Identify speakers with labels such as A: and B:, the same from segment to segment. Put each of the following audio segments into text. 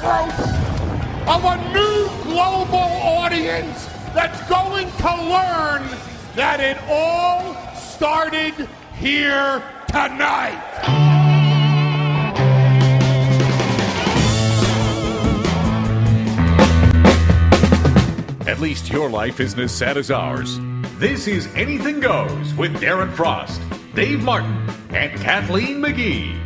A: throats of a new global audience that's going to learn that it all started here tonight.
B: At least your life isn't as sad as ours. This is Anything Goes with Darren Frost, Dave Martin, and Kathleen McGee.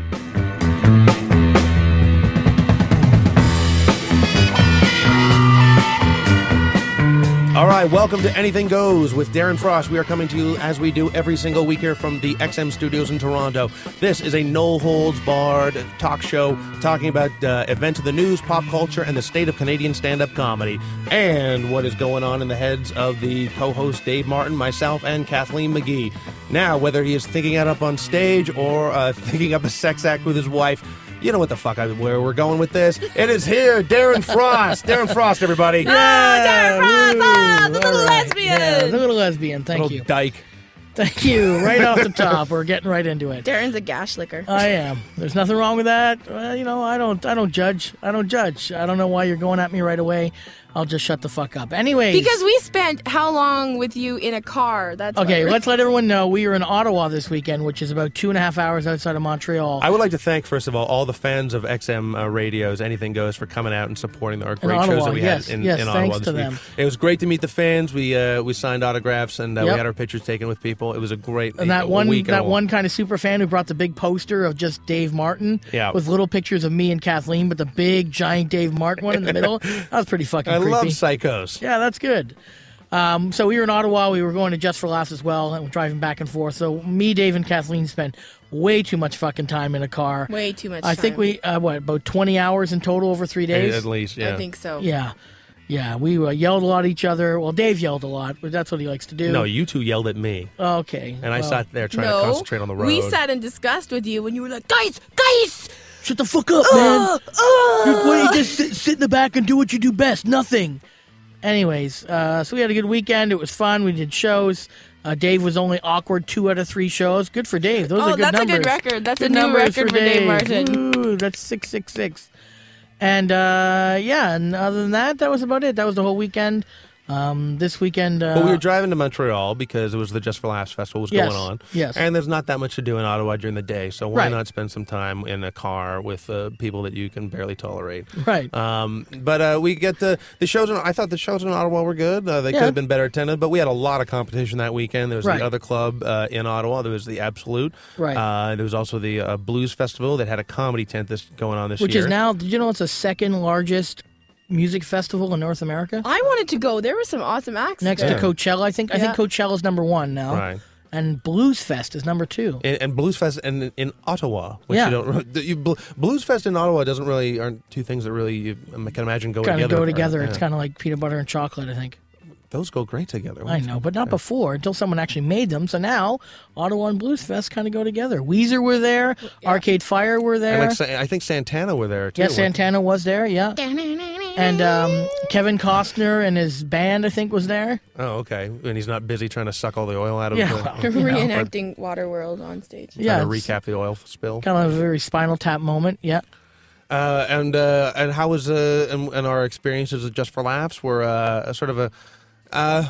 C: All right, welcome to Anything Goes with Darren Frost. We are coming to you as we do every single week here from the XM studios in Toronto. This is a no holds barred talk show talking about uh, events of the news, pop culture, and the state of Canadian stand up comedy and what is going on in the heads of the co host Dave Martin, myself, and Kathleen McGee. Now, whether he is thinking out up on stage or uh, thinking up a sex act with his wife, you know what the fuck I, where we're going with this. It is here, Darren Frost. Darren Frost, everybody.
D: Yeah,
E: Darren
D: woo,
E: Frost, the
D: all
E: little lesbian.
D: Yeah, the little lesbian. Thank
C: Little
D: you.
C: dyke.
D: Thank you. Right off the top, we're getting right into it.
E: Darren's a gash licker.
D: I am. There's nothing wrong with that. Well, you know, I don't. I don't judge. I don't judge. I don't know why you're going at me right away. I'll just shut the fuck up. Anyways,
E: because we spent how long with you in a car? That's
D: okay.
E: what-
D: Let's let everyone know we are in Ottawa this weekend, which is about two and a half hours outside of Montreal.
C: I would like to thank, first of all, all the fans of XM uh, Radios, Anything Goes, for coming out and supporting our great
D: Ottawa,
C: shows that we
D: yes,
C: had in,
D: yes,
C: in
D: thanks
C: Ottawa this
D: to
C: week.
D: them.
C: It was great to meet the fans. We uh, we signed autographs and uh, we
D: Yep.
C: had our pictures taken with people. It was a great
D: and
C: uh,
D: that one,
C: week. and
D: that
C: a-
D: one kind of super fan who brought the big poster of just Dave Martin,
C: Yeah.
D: with little pictures of me and Kathleen, but the big giant Dave Martin one in the middle. That was pretty fucking.
C: I
D: creepy.
C: love psychos.
D: Yeah, that's good. Um, so we were in Ottawa. We were going to Just for Laughs as well, and we're driving back and forth. So me, Dave, and Kathleen spent way too much fucking time in a car.
E: Way too much
D: I think
E: time.
D: we uh, what about twenty hours in total over three days?
C: At least, yeah.
E: I think so.
D: Yeah, yeah. We uh, yelled a lot at each other. Well, Dave yelled a lot, but that's what he likes to do.
C: No, you two yelled at me,
D: okay.
C: and I
D: well,
C: sat there trying
E: no,
C: to concentrate on the road.
E: we sat in disgust with you when you were like, guys, guys, uh,
D: Shut the fuck up, man. Dude, why don't you just sit, sit in the back and do what you do best? Nothing. Anyways, uh, so we had a good weekend. It was fun. We did shows. Uh, Dave was only awkward two out of three shows. Good for Dave. Those
E: Oh,
D: are good
E: that's a good
D: numbers.
E: record. That's
D: Good
E: a new
D: numbers
E: record for Dave Martin.
D: Woo, that's six six six. And uh, yeah, and other than that, that was about it. That was the whole weekend. Um, this weekend, uh,
C: But we were driving to Montreal because it was the Just for Laughs festival was
D: Yes,
C: going on.
D: yes.
C: And there's not that much to do in Ottawa during the day, so why
D: Right.
C: not spend some time in a car with uh, people that you can barely tolerate?
D: Right.
C: Um, but uh, we get the the shows. In, I thought the shows in Ottawa were good. Uh, they could
D: Yeah.
C: have been better attended, but we had a lot of competition that weekend. There was
D: Right.
C: the other club uh, in Ottawa. There was the Absolute.
D: Right.
C: Uh, there was also the uh, Blues Festival that had a comedy tent that's going on this
D: which
C: year.
D: is now, did you know it's the second largest music festival in North America?
E: I wanted to go. There were some awesome acts.
D: next
E: there.
D: to Coachella. I think I think
E: Yeah.
D: Coachella's number one now,
C: Right.
D: and Blues Fest is number two.
C: and, and Blues Fest in, in Ottawa, which
D: Yeah.
C: you don't really, the- you, Blu- Blues Fest in Ottawa doesn't really aren't two things that really you um, can imagine go
D: Kind of
C: together.
D: go
C: or-
D: together.
C: yeah.
D: It's kind of like peanut butter and chocolate. I think
C: those go great together.
D: I know, but not before until someone actually made them. So now Ottawa and Blues Fest kind of go together. Weezer were there, Arcade Fire were
C: And
D: there.
C: like, Sa- I think Santana were there too.
D: yeah,
C: weren't-
D: Santana was there. Yeah, and um, Kevin Costner and his band I think was there.
C: Oh, okay. And he's not busy trying to suck all the oil out of.
D: Yeah,
C: the,
D: well,
C: trying
E: Reenacting Waterworld on stage.
D: Yeah,
C: to
D: it's
C: recap the oil spill.
D: Kind of a very Spinal Tap moment. Yeah.
C: Uh, and uh, and how was uh, and, and our experiences at Just for Laughs were uh, a sort of a. Uh,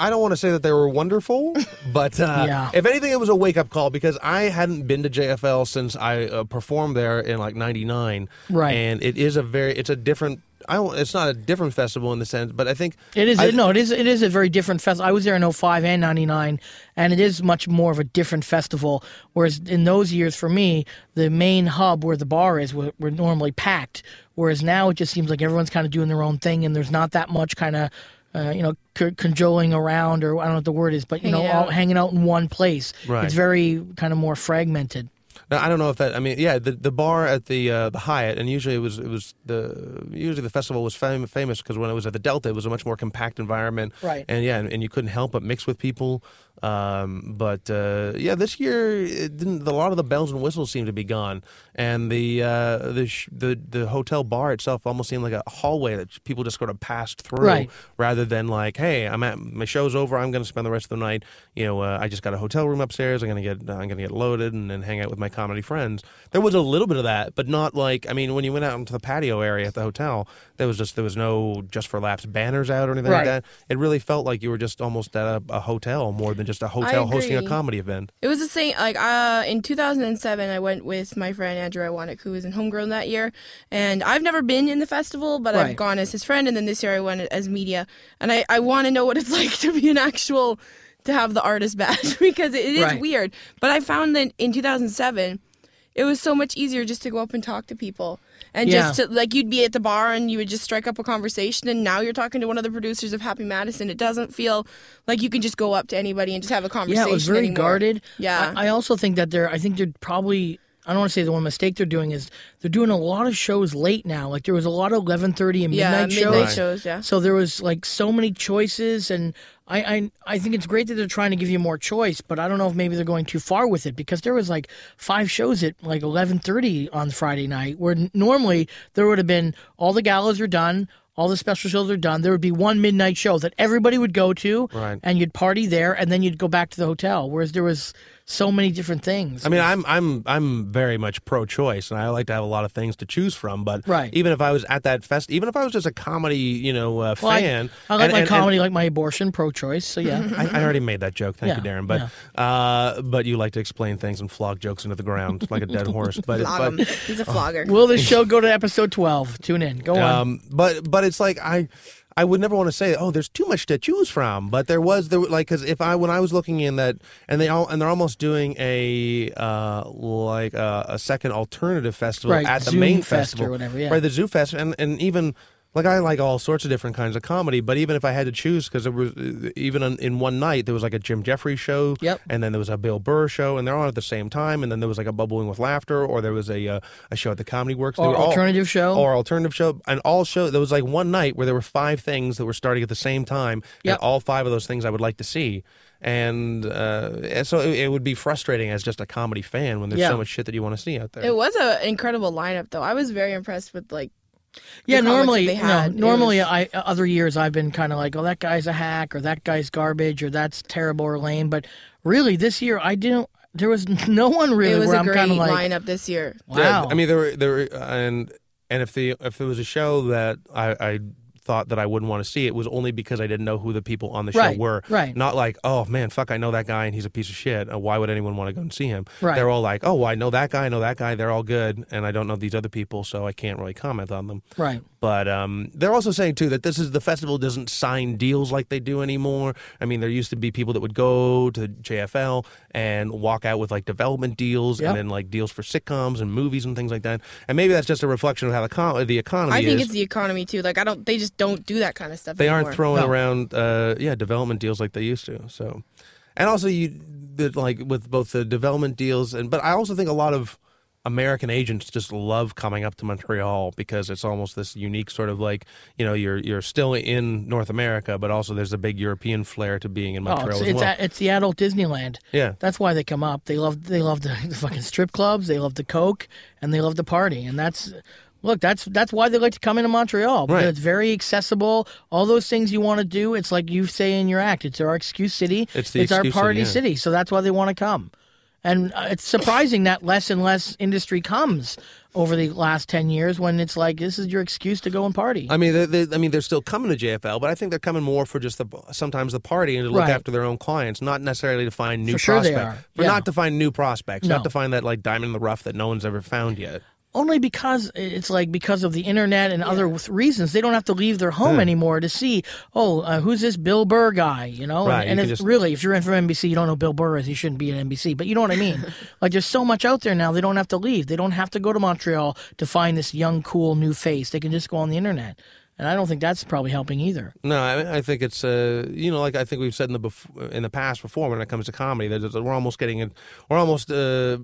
C: I don't want to say that they were wonderful, but uh,
D: Yeah.
C: if anything, it was a wake up call because I hadn't been to JFL since I uh, performed there in like '99.
D: Right.
C: and it is a very it's a different. I don't, it's not a different festival in the sense, but I think
D: It is
C: I-
D: no, it is it is a very different festival. I was there in 05 and 99 and it is much more of a different festival whereas in those years for me the main hub where the bar is were, were normally packed whereas now it just seems like everyone's kind of doing their own thing and there's not that much kind of uh, you know, c- cajoling around, or I don't know what the word is, but you
E: Hanging
D: know, all
E: out.
D: hanging out in one place.
C: Right.
D: It's very kind of more fragmented.
C: Now, I don't know if that. I mean, yeah, the, the bar at the uh, the Hyatt, and usually it was it was the usually the festival was fam- famous because when it was at the Delta, it was a much more compact environment,
D: Right.
C: And yeah, and, and you couldn't help but mix with people. Um, but uh, yeah, this year it didn't, a lot of the bells and whistles seemed to be gone, and the uh, the, sh- the the hotel bar itself almost seemed like a hallway that people just sort of passed through,
D: Right.
C: rather than like, hey, I'm at my show's over. I'm going to spend the rest of the night. You know, uh, I just got a hotel room upstairs. I'm going to get uh, I'm going to get loaded and then hang out with my Comedy Friends, there was a little bit of that, but not like I mean, when you went out into the patio area at the hotel, there was just there was no just for laughs banners out or anything like
D: Right.
C: that. It really felt like you were just almost at a, a hotel more than just a hotel hosting a
E: agree.
C: comedy event.
E: It was the same. Like uh, in 2007, I went with my friend Andrew Iwanek, who was in Homegrown that year, and I've never been in the festival, but
D: Right.
E: I've gone as his friend, and then this year I went as media, and I I want to know what it's like to be an actual to have the artist badge because it is
D: Right.
E: weird. But I found that in 2007, it was so much easier just to go up and talk to people. And
D: Yeah.
E: just to, like you'd be at the bar and you would just strike up a conversation, and now you're talking to one of the producers of Happy Madison. It doesn't feel like you can just go up to anybody and just have a conversation.
D: Yeah, it was very
E: anymore.
D: guarded.
E: Yeah.
D: I, I also think that they're. I think they're probably. I don't want to say the one mistake they're doing is they're doing a lot of shows late now. Like there was a lot of eleven thirty and
E: Yeah,
D: midnight,
E: midnight
D: shows.
E: shows, yeah.
D: So there was like so many choices, and I, I I think it's great that they're trying to give you more choice, but I don't know if maybe they're going too far with it because there was like five shows at like eleven thirty on Friday night, where n- normally there would have been all the galas are done. All the special shows are done. There would be one midnight show that everybody would go to,
C: Right.
D: and you'd party there, and then you'd go back to the hotel. Whereas there was so many different things.
C: I mean, I'm I'm I'm very much pro-choice, and I like to have a lot of things to choose from. But
D: Right.
C: even if I was at that fest, even if I was just a comedy, you know, uh,
D: Well, I-
C: fan,
D: I, like
C: and-
D: my
C: and- and-
D: comedy, like my abortion, pro-choice. So yeah,
C: I, I already made that joke. Thank you,
D: Yeah,
C: Darren. But uh, but you like to explain things and flog jokes into the ground like a dead horse. But
E: flog him.
C: but
E: He's a flogger.
D: will this show go to episode twelve? Tune in. Go on.
C: um, but but it's like I. I would never want to say, oh, there's too much to choose from, but there was there were- like because if I when I was looking in that and they all and they're almost doing a uh, like uh, a second alternative festival
D: Right,
C: at the
D: Zoom
C: main
D: Fest or
C: festival
D: whatever, yeah.
C: right the Zoo Fest and and even like I like all sorts of different kinds of comedy, but even if I had to choose because there was even on, in one night there was like a Jim Jeffries show,
D: Yep.
C: and then there was a Bill Burr show, and they're on at the same time, and then there was like a bubbling with laughter, or there was a uh, a show at the Comedy Works, They
D: Or
C: were all-
D: alternative show.
C: or alternative show, and all show there was like one night where there were five things that were starting at the same time,
D: Yep.
C: and all five of those things I would like to see, and, uh, and so it, it would be frustrating as just a comedy fan when there's
D: Yeah.
C: so much shit that you want to see out there.
E: It was an incredible lineup, though. I was very impressed with like.
D: yeah,
E: the comics
D: normally,
E: that they
D: no,
E: had, it
D: normally,
E: was-
D: I other years I've been kind of like, oh, that guy's a hack, or that guy's garbage, or that's terrible or lame. But really, this year I didn't. There was no one really
E: It was
D: where
E: a
D: I'm
E: great
D: kind of like,
E: lineup this year.
D: wow.
C: Yeah, I mean, there were there were, and and if the if there was a show that I. I thought that I wouldn't want to see it was only because I didn't know who the people on the show
D: Right,
C: were.
D: right.
C: Not like, oh man, fuck, I know that guy and he's a piece of shit. Uh, Why would anyone want to go and see him?
D: Right.
C: They're all like, oh, well, I know that guy, I know that guy. They're all good, and I don't know these other people, so I can't really comment on them.
D: right.
C: But um, they're also saying too that this is the festival doesn't sign deals like they do anymore. I mean, there used to be people that would go to JFL and walk out with like development deals
D: Yep.
C: and then like deals for sitcoms and movies and things like that. And maybe that's just a reflection of how the, co- the economy
E: I think
C: is.
E: it's the economy too. Like I don't. They just don't do that kind of stuff.
C: they aren't
E: anymore.
C: throwing
D: No.
C: around uh, yeah development deals like they used to. So, and also you the, like with both the development deals and but I also think a lot of American agents just love coming up to Montreal because it's almost this unique sort of like you know you're you're still in North America but also there's a big European flair to being in
D: Oh,
C: Montreal
D: it's
C: as
D: it's,
C: well.
D: a, it's the adult Disneyland.
C: Yeah.
D: that's why they come up. They love they love the, the fucking strip clubs. They love the coke, and they love the party. And that's look, that's that's why they like to come into Montreal. because
C: Right.
D: It's very accessible. All those things you want to do. It's like you say in your act. It's our excuse city.
C: It's the
D: our
C: excuse city,
D: party
C: yeah.
D: city. So that's why they want to come. And uh, it's surprising that less and less industry comes over the last ten years. When it's like this is your excuse to go and party.
C: I mean, they, they, I mean, they're still coming to JFL, but I think they're coming more for just the sometimes the party and to look
D: Right.
C: after their own clients, not necessarily to find new
D: For sure they
C: prospects,
D: are.
C: but
D: Yeah.
C: not to find new prospects,
D: No.
C: not to find that like diamond in the rough that no one's ever found yet.
D: only because it's like because of the internet and other th- reasons they don't have to leave their home
C: Hmm.
D: anymore to see oh uh, who's this bill burr guy you know
C: Right,
D: and,
C: you
D: and
C: can
D: it's
C: just-
D: really if you're in from nbc you don't know bill burr is you shouldn't be at nbc but you know what i mean like there's so much out there now they don't have to leave they don't have to go to montreal to find this young cool new face they can just go on the internet and i don't think that's probably helping either
C: No, I, I think it's uh, you know, like I think we've said in the bef- in the past before when it comes to comedy that it's- we're almost getting it, we're almost uh,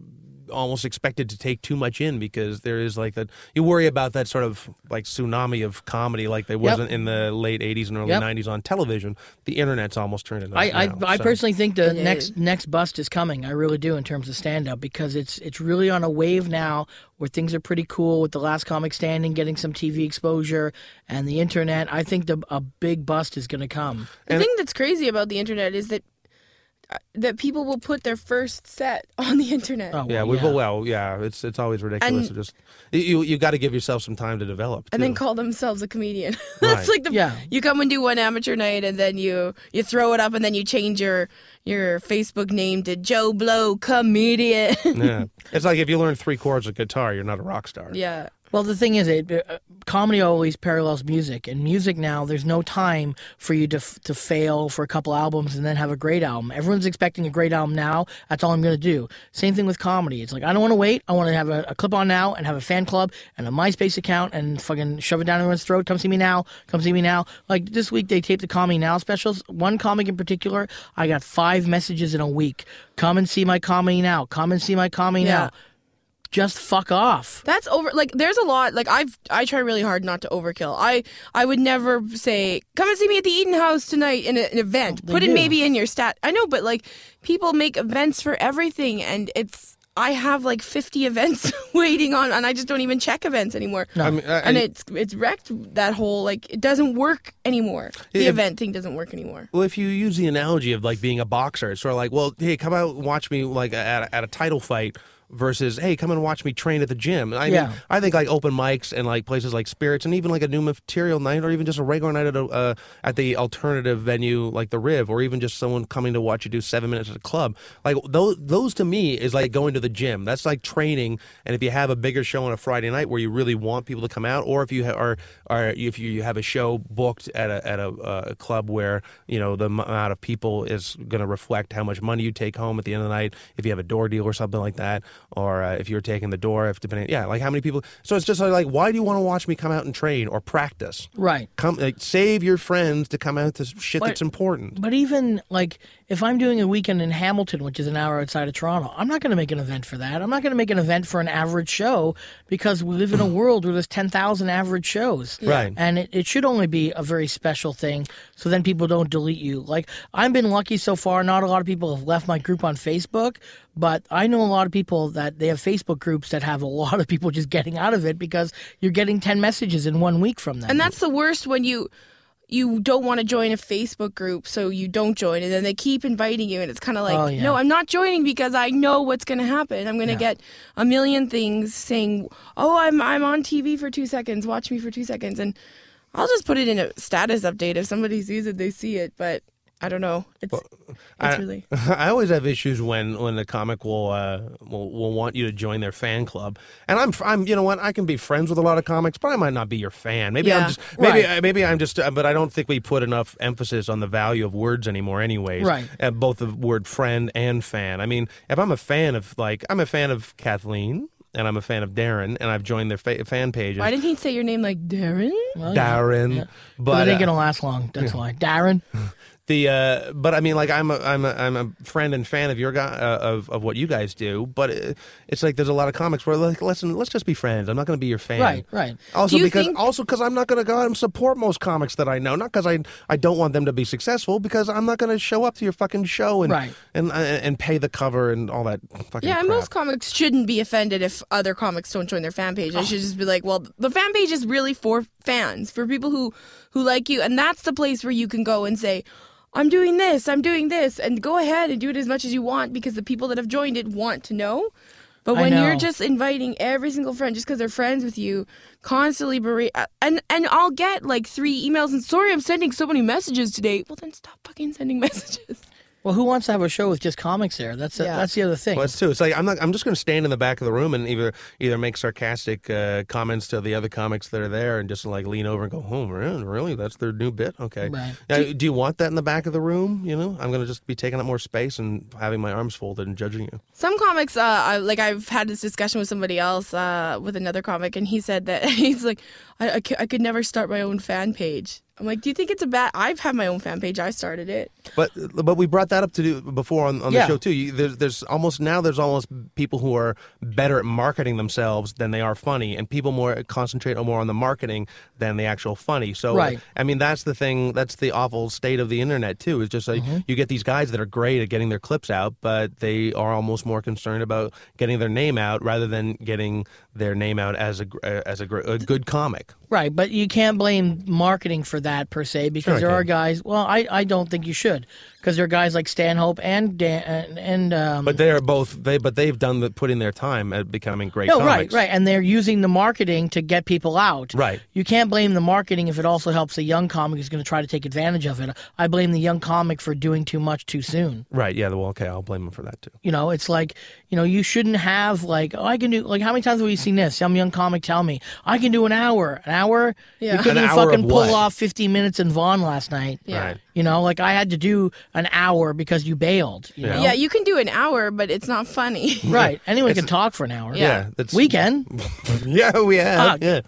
C: almost expected to take too much in because there is like that. You worry about that sort of like tsunami of comedy, like there wasn't in the late '80s and early
D: Yep.
C: '90s on television. The internet's almost turned into.
D: I, I,
C: now,
D: I
C: so.
D: personally think the
E: It
D: next
E: is.
D: next bust is coming. I really do in terms of stand up because it's it's really on a wave now where things are pretty cool with the last comic standing getting some TV exposure and the internet. I think the a big bust is going to come.
E: The thing that's crazy about the internet is that uh, that people will put their first set on the internet.
D: Oh,
C: Yeah,
D: well,
C: we well, well, yeah. It's it's always ridiculous.
E: And-
C: to just you you got to give yourself some time to develop.
E: and then
C: too.
E: call themselves a comedian.
C: Right.
E: That's like the
D: Yeah.
E: you come and do one amateur night and then you you throw it up and then you change your your Facebook name to Joe Blow comedian.
C: yeah. It's like if you learn three chords of guitar, you're not a rock star.
E: yeah.
D: Well, the thing is, it, uh, comedy always parallels music, and music now there's no time for you to f- to fail for a couple albums and then have a great album. Everyone's expecting a great album now. That's all I'm going to do. Same thing with comedy. It's like I don't want to wait. I want to have a, a clip on now and have a fan club and a MySpace account and fucking shove it down everyone's throat. Come see me now. Come see me now. Like this week they taped the Comedy Now specials. One comic in particular, I got five messages in a week. Come and see my comedy now. Come and see my comedy
E: Yeah.
D: now. Just fuck off.
E: That's over like there's a lot like I've I try really hard not to overkill. I I would never say come and see me at the Eden House tonight in a, an event. Put it
D: do.
E: maybe in your stat. I know, but like people make events for everything and it's I have like 50 events waiting on and I just don't even check events anymore.
C: I mean, I,
E: and
C: I-
E: it's it's wrecked that whole like it doesn't work anymore. The
C: If-
E: event thing doesn't work anymore.
C: Well, if you use the analogy of like being a boxer, it's sort of like, well, hey, come out and watch me like at a, at a title fight versus, hey, come and watch me train at the gym. I
D: Yeah.
C: mean, I think like open mics and like places like Spirits and even like a new material night or even just a regular night at a uh, at the alternative venue like the Riv or even just someone coming to watch you do seven minutes at a club. Like those those to me is like going to the gym. That's like training. And if you have a bigger show on a Friday night where you really want people to come out, or if you ha- are are if you have a show booked at a at a uh, club where you know the m- amount of people is going to reflect how much money you take home at the end of the night. If you have a door deal or something like that, or uh, if you're taking the door, if depending, yeah, like how many people. So it's just like, like, why do you want to watch me come out and train or practice?
D: Right.
C: Come, like, save your friends to come out to s- shit that's important.
D: But even like if I'm doing a weekend in Hamilton, which is an hour outside of Toronto, I'm not going to make an event for that. I'm not going to make an event for an average show because we live in a world where there's 10,000 average shows.
C: Right.
D: And it, it should only be a very special thing so then people don't delete you. Like I've been lucky so far. Not a lot of people have left my group on Facebook, but I know a lot of people that they have Facebook groups that have a lot of people just getting out of it because you're getting 10 messages in one week from them.
E: And that's the worst when you you don't want to join a Facebook group, so you don't join, and then they keep inviting you, and it's kind of like,
D: Oh, yeah.
E: no, I'm not joining because I know what's going to happen. I'm going to get a million things saying, oh, I'm I'm on TV for two seconds, watch me for two seconds, and I'll just put it in a status update. If somebody sees it, they see it, but I don't know. It's it's
C: I-
E: really
C: I always have issues when when the comic will, uh, will will want you to join their fan club, and I'm I'm you know what I can be friends with a lot of comics, but I might not be your fan. Maybe I'm
E: Yeah,
C: just maybe
D: right.
C: maybe I'm just, uh, but I don't think we put enough emphasis on the value of words anymore. Anyways,
D: Right.
C: Uh, both the word friend and fan. I mean, if I'm a fan of like I'm a fan of Kathleen and I'm a fan of Darren, and I've joined their fa- fan pages.
E: Why didn't he say your name like Darren?
C: Darren,
D: but
C: but
D: it ain't
C: uh,
D: gonna last long. That's why, Darren.
C: the uh, but I mean like I'm a I'm a I'm a friend and fan of your guy uh, of of what you guys do, but it, it's like there's a lot of comics where like listen, let's just be friends. I'm not going to be your fan,
D: Right, right.
C: Also
E: Do you
C: because
E: think-
C: also because I'm not going to go out and support most comics that I know, not because I I don't want them to be successful, because I'm not going to show up to your fucking show and
D: Right.
C: and uh, and pay the cover and all that fucking
E: Yeah, and
C: crap.
E: most comics shouldn't be offended if other comics don't join their fan page. I should just be like, well, the fan page is really for fans, for people who who like you, and that's the place where you can go and say, I'm doing this, I'm doing this, and go ahead and do it as much as you want because the people that have joined it want to know. But
D: I
E: when you're
D: know.
E: just inviting every single friend just because they're friends with you, constantly bere- and and I'll get like three emails and sorry I'm sending so many messages today. Well then stop fucking sending messages.
D: Well, who wants to have a show with just comics there? That's uh,
E: Yeah.
D: that's the other thing.
C: Well, that's too. It's like I'm not. I'm just going to stand in the back of the room and either either make sarcastic uh, comments to the other comics that are there, and just like lean over and go, "Oh, really? really? That's their new bit? Okay.
D: Right.
C: Now, do, you want that in the back of the room? You know, I'm going to just be taking up more space and having my arms folded and judging you.
E: Some comics, uh, I, like I've had this discussion with somebody else, uh, with another comic, and he said that he's like, I, I, cou- I could never start my own fan page. I'm like, do you think it's a bad? I've had my own fan page. I started it.
C: But but we brought that up to do before on, on the
D: Yeah.
C: show too. You, there's there's almost now there's almost people who are better at marketing themselves than they are funny, and people more concentrate more on the marketing than the actual funny. So uh,
D: Right.
C: I mean that's the thing. That's the awful state of the internet too. Is just like
D: Mm-hmm.
C: you get these guys that are great at getting their clips out, but they are almost more concerned about getting their name out rather than getting their name out as a gr- uh, as a, gr- a good comic.
D: Right, but you can't blame marketing for that per se because
C: Sure I
D: there are
C: can.
D: guys. Well, I, I don't think you should because there are guys like Stanhope and Dan and, and um,
C: But they are both they but they've done the put in their time at becoming great.
D: no, right,
C: comics.
D: right, and they're using the marketing to get people out.
C: Right.
D: You can't blame the marketing if it also helps a young comic who's going to try to take advantage of it. I blame the young comic for doing too much too soon.
C: Right, yeah. Well, okay, I'll blame him for that too.
D: You know, it's like, you know, you shouldn't have like, oh, I can do like how many times have we seen this? Some young comic tell me, I can do an hour, an hour.
E: Yeah.
D: You couldn't
C: An
D: even
C: hour of
D: fucking
C: what?
D: pull off 15 minutes in Vaughn last night.
E: Yeah.
C: Right.
D: You know, like I had to do an hour because you bailed. You know?
E: Yeah, you can do an hour, but it's not funny.
D: Right. Anyone can talk for an hour.
C: Yeah, that's
D: We can.
C: Yeah, we have.
D: Fuck.
C: Yeah.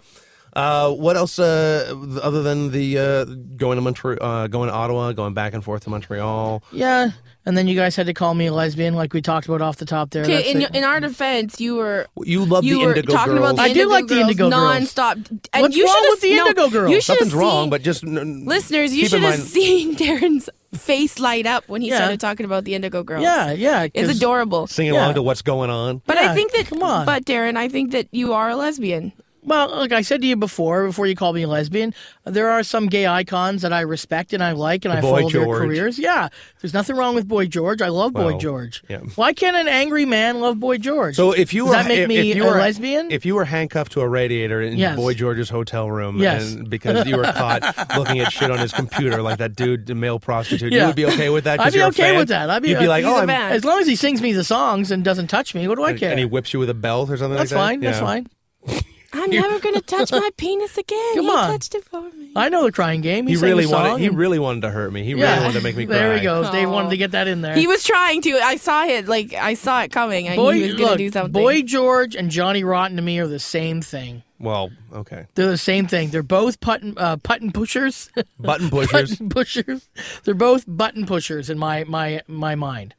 C: Uh, what else uh, other than the uh, going to Montreal, uh, going to Ottawa, going back and forth to Montreal?
D: Yeah. And then you guys had to call me a lesbian, like we talked about off the top there. That's
E: Okay, in,
D: the-
E: in our defense, you were
C: You love
E: you
C: the
E: were
C: Indigo
E: talking
C: Girls.
E: about the
D: I do
E: Indigo
D: like the
E: girls
D: Indigo Girls.
E: nonstop. And
D: What's
E: you
D: wrong
E: should've
D: with the
E: s- no,
D: Indigo Girls?
E: You should've
C: Nothing's wrong,
E: seen-
C: but just n- n-
E: listeners, you
C: keep in
E: should have
C: mind-
E: seen Darren's face light up when he
D: Yeah.
E: started talking about the Indigo Girls.
D: yeah, yeah.
E: it's
D: 'cause-
E: adorable.
C: sing
D: Yeah.
C: along to what's going on.
E: But
D: Yeah,
E: I think that,
D: come on.
E: but Darren, I think that you are a lesbian.
D: Well, like I said to you before, before you called me a lesbian, there are some gay icons that I respect and I like and I
C: Boy
D: follow
C: George.
D: their careers. Yeah. There's nothing wrong with Boy George. I love Boy
C: Well,
D: George.
C: yeah.
D: Why can't an angry man love Boy George?
C: So if you
D: Does
C: were
D: that make
C: if,
D: me
C: if you
D: a
C: were,
D: lesbian?
C: if you were handcuffed to a radiator in
D: Yes.
C: Boy George's hotel room,
D: Yes.
C: and because you were caught looking at shit on his computer, like that dude, the male prostitute, you
D: Yeah.
C: would be okay with that. 'cause
D: I'd be
C: you're a
D: okay
C: fan?
D: with that. I'd be,
C: You'd be like,
E: he's
C: oh,
E: a
C: I'm-
E: fan.
D: as long as he sings me the songs and doesn't touch me, what do I care?
C: and he whips you with a belt or something.
D: that's
C: like that?
D: fine. That's
C: Yeah.
D: fine.
E: I'm never gonna touch my penis again.
D: Come
E: he
D: on.
E: touched it for me.
D: I know the crying game. He,
C: He
D: sang
C: really
D: the song
C: wanted. He
D: and-
C: really wanted to hurt me. He really
D: yeah.
C: wanted to make me cry.
D: There he goes. Dave
E: Aw.
D: wanted to get that in there.
E: He was trying to. I saw it. Like I saw it coming. I
D: boy,
E: knew he was gonna
D: look,
E: do something.
D: Boy George and Johnny Rotten to me are the same thing.
C: Well, okay.
D: They're the same thing. They're both button uh, button pushers.
C: Button pushers.
D: button pushers. They're both button pushers in my my my mind.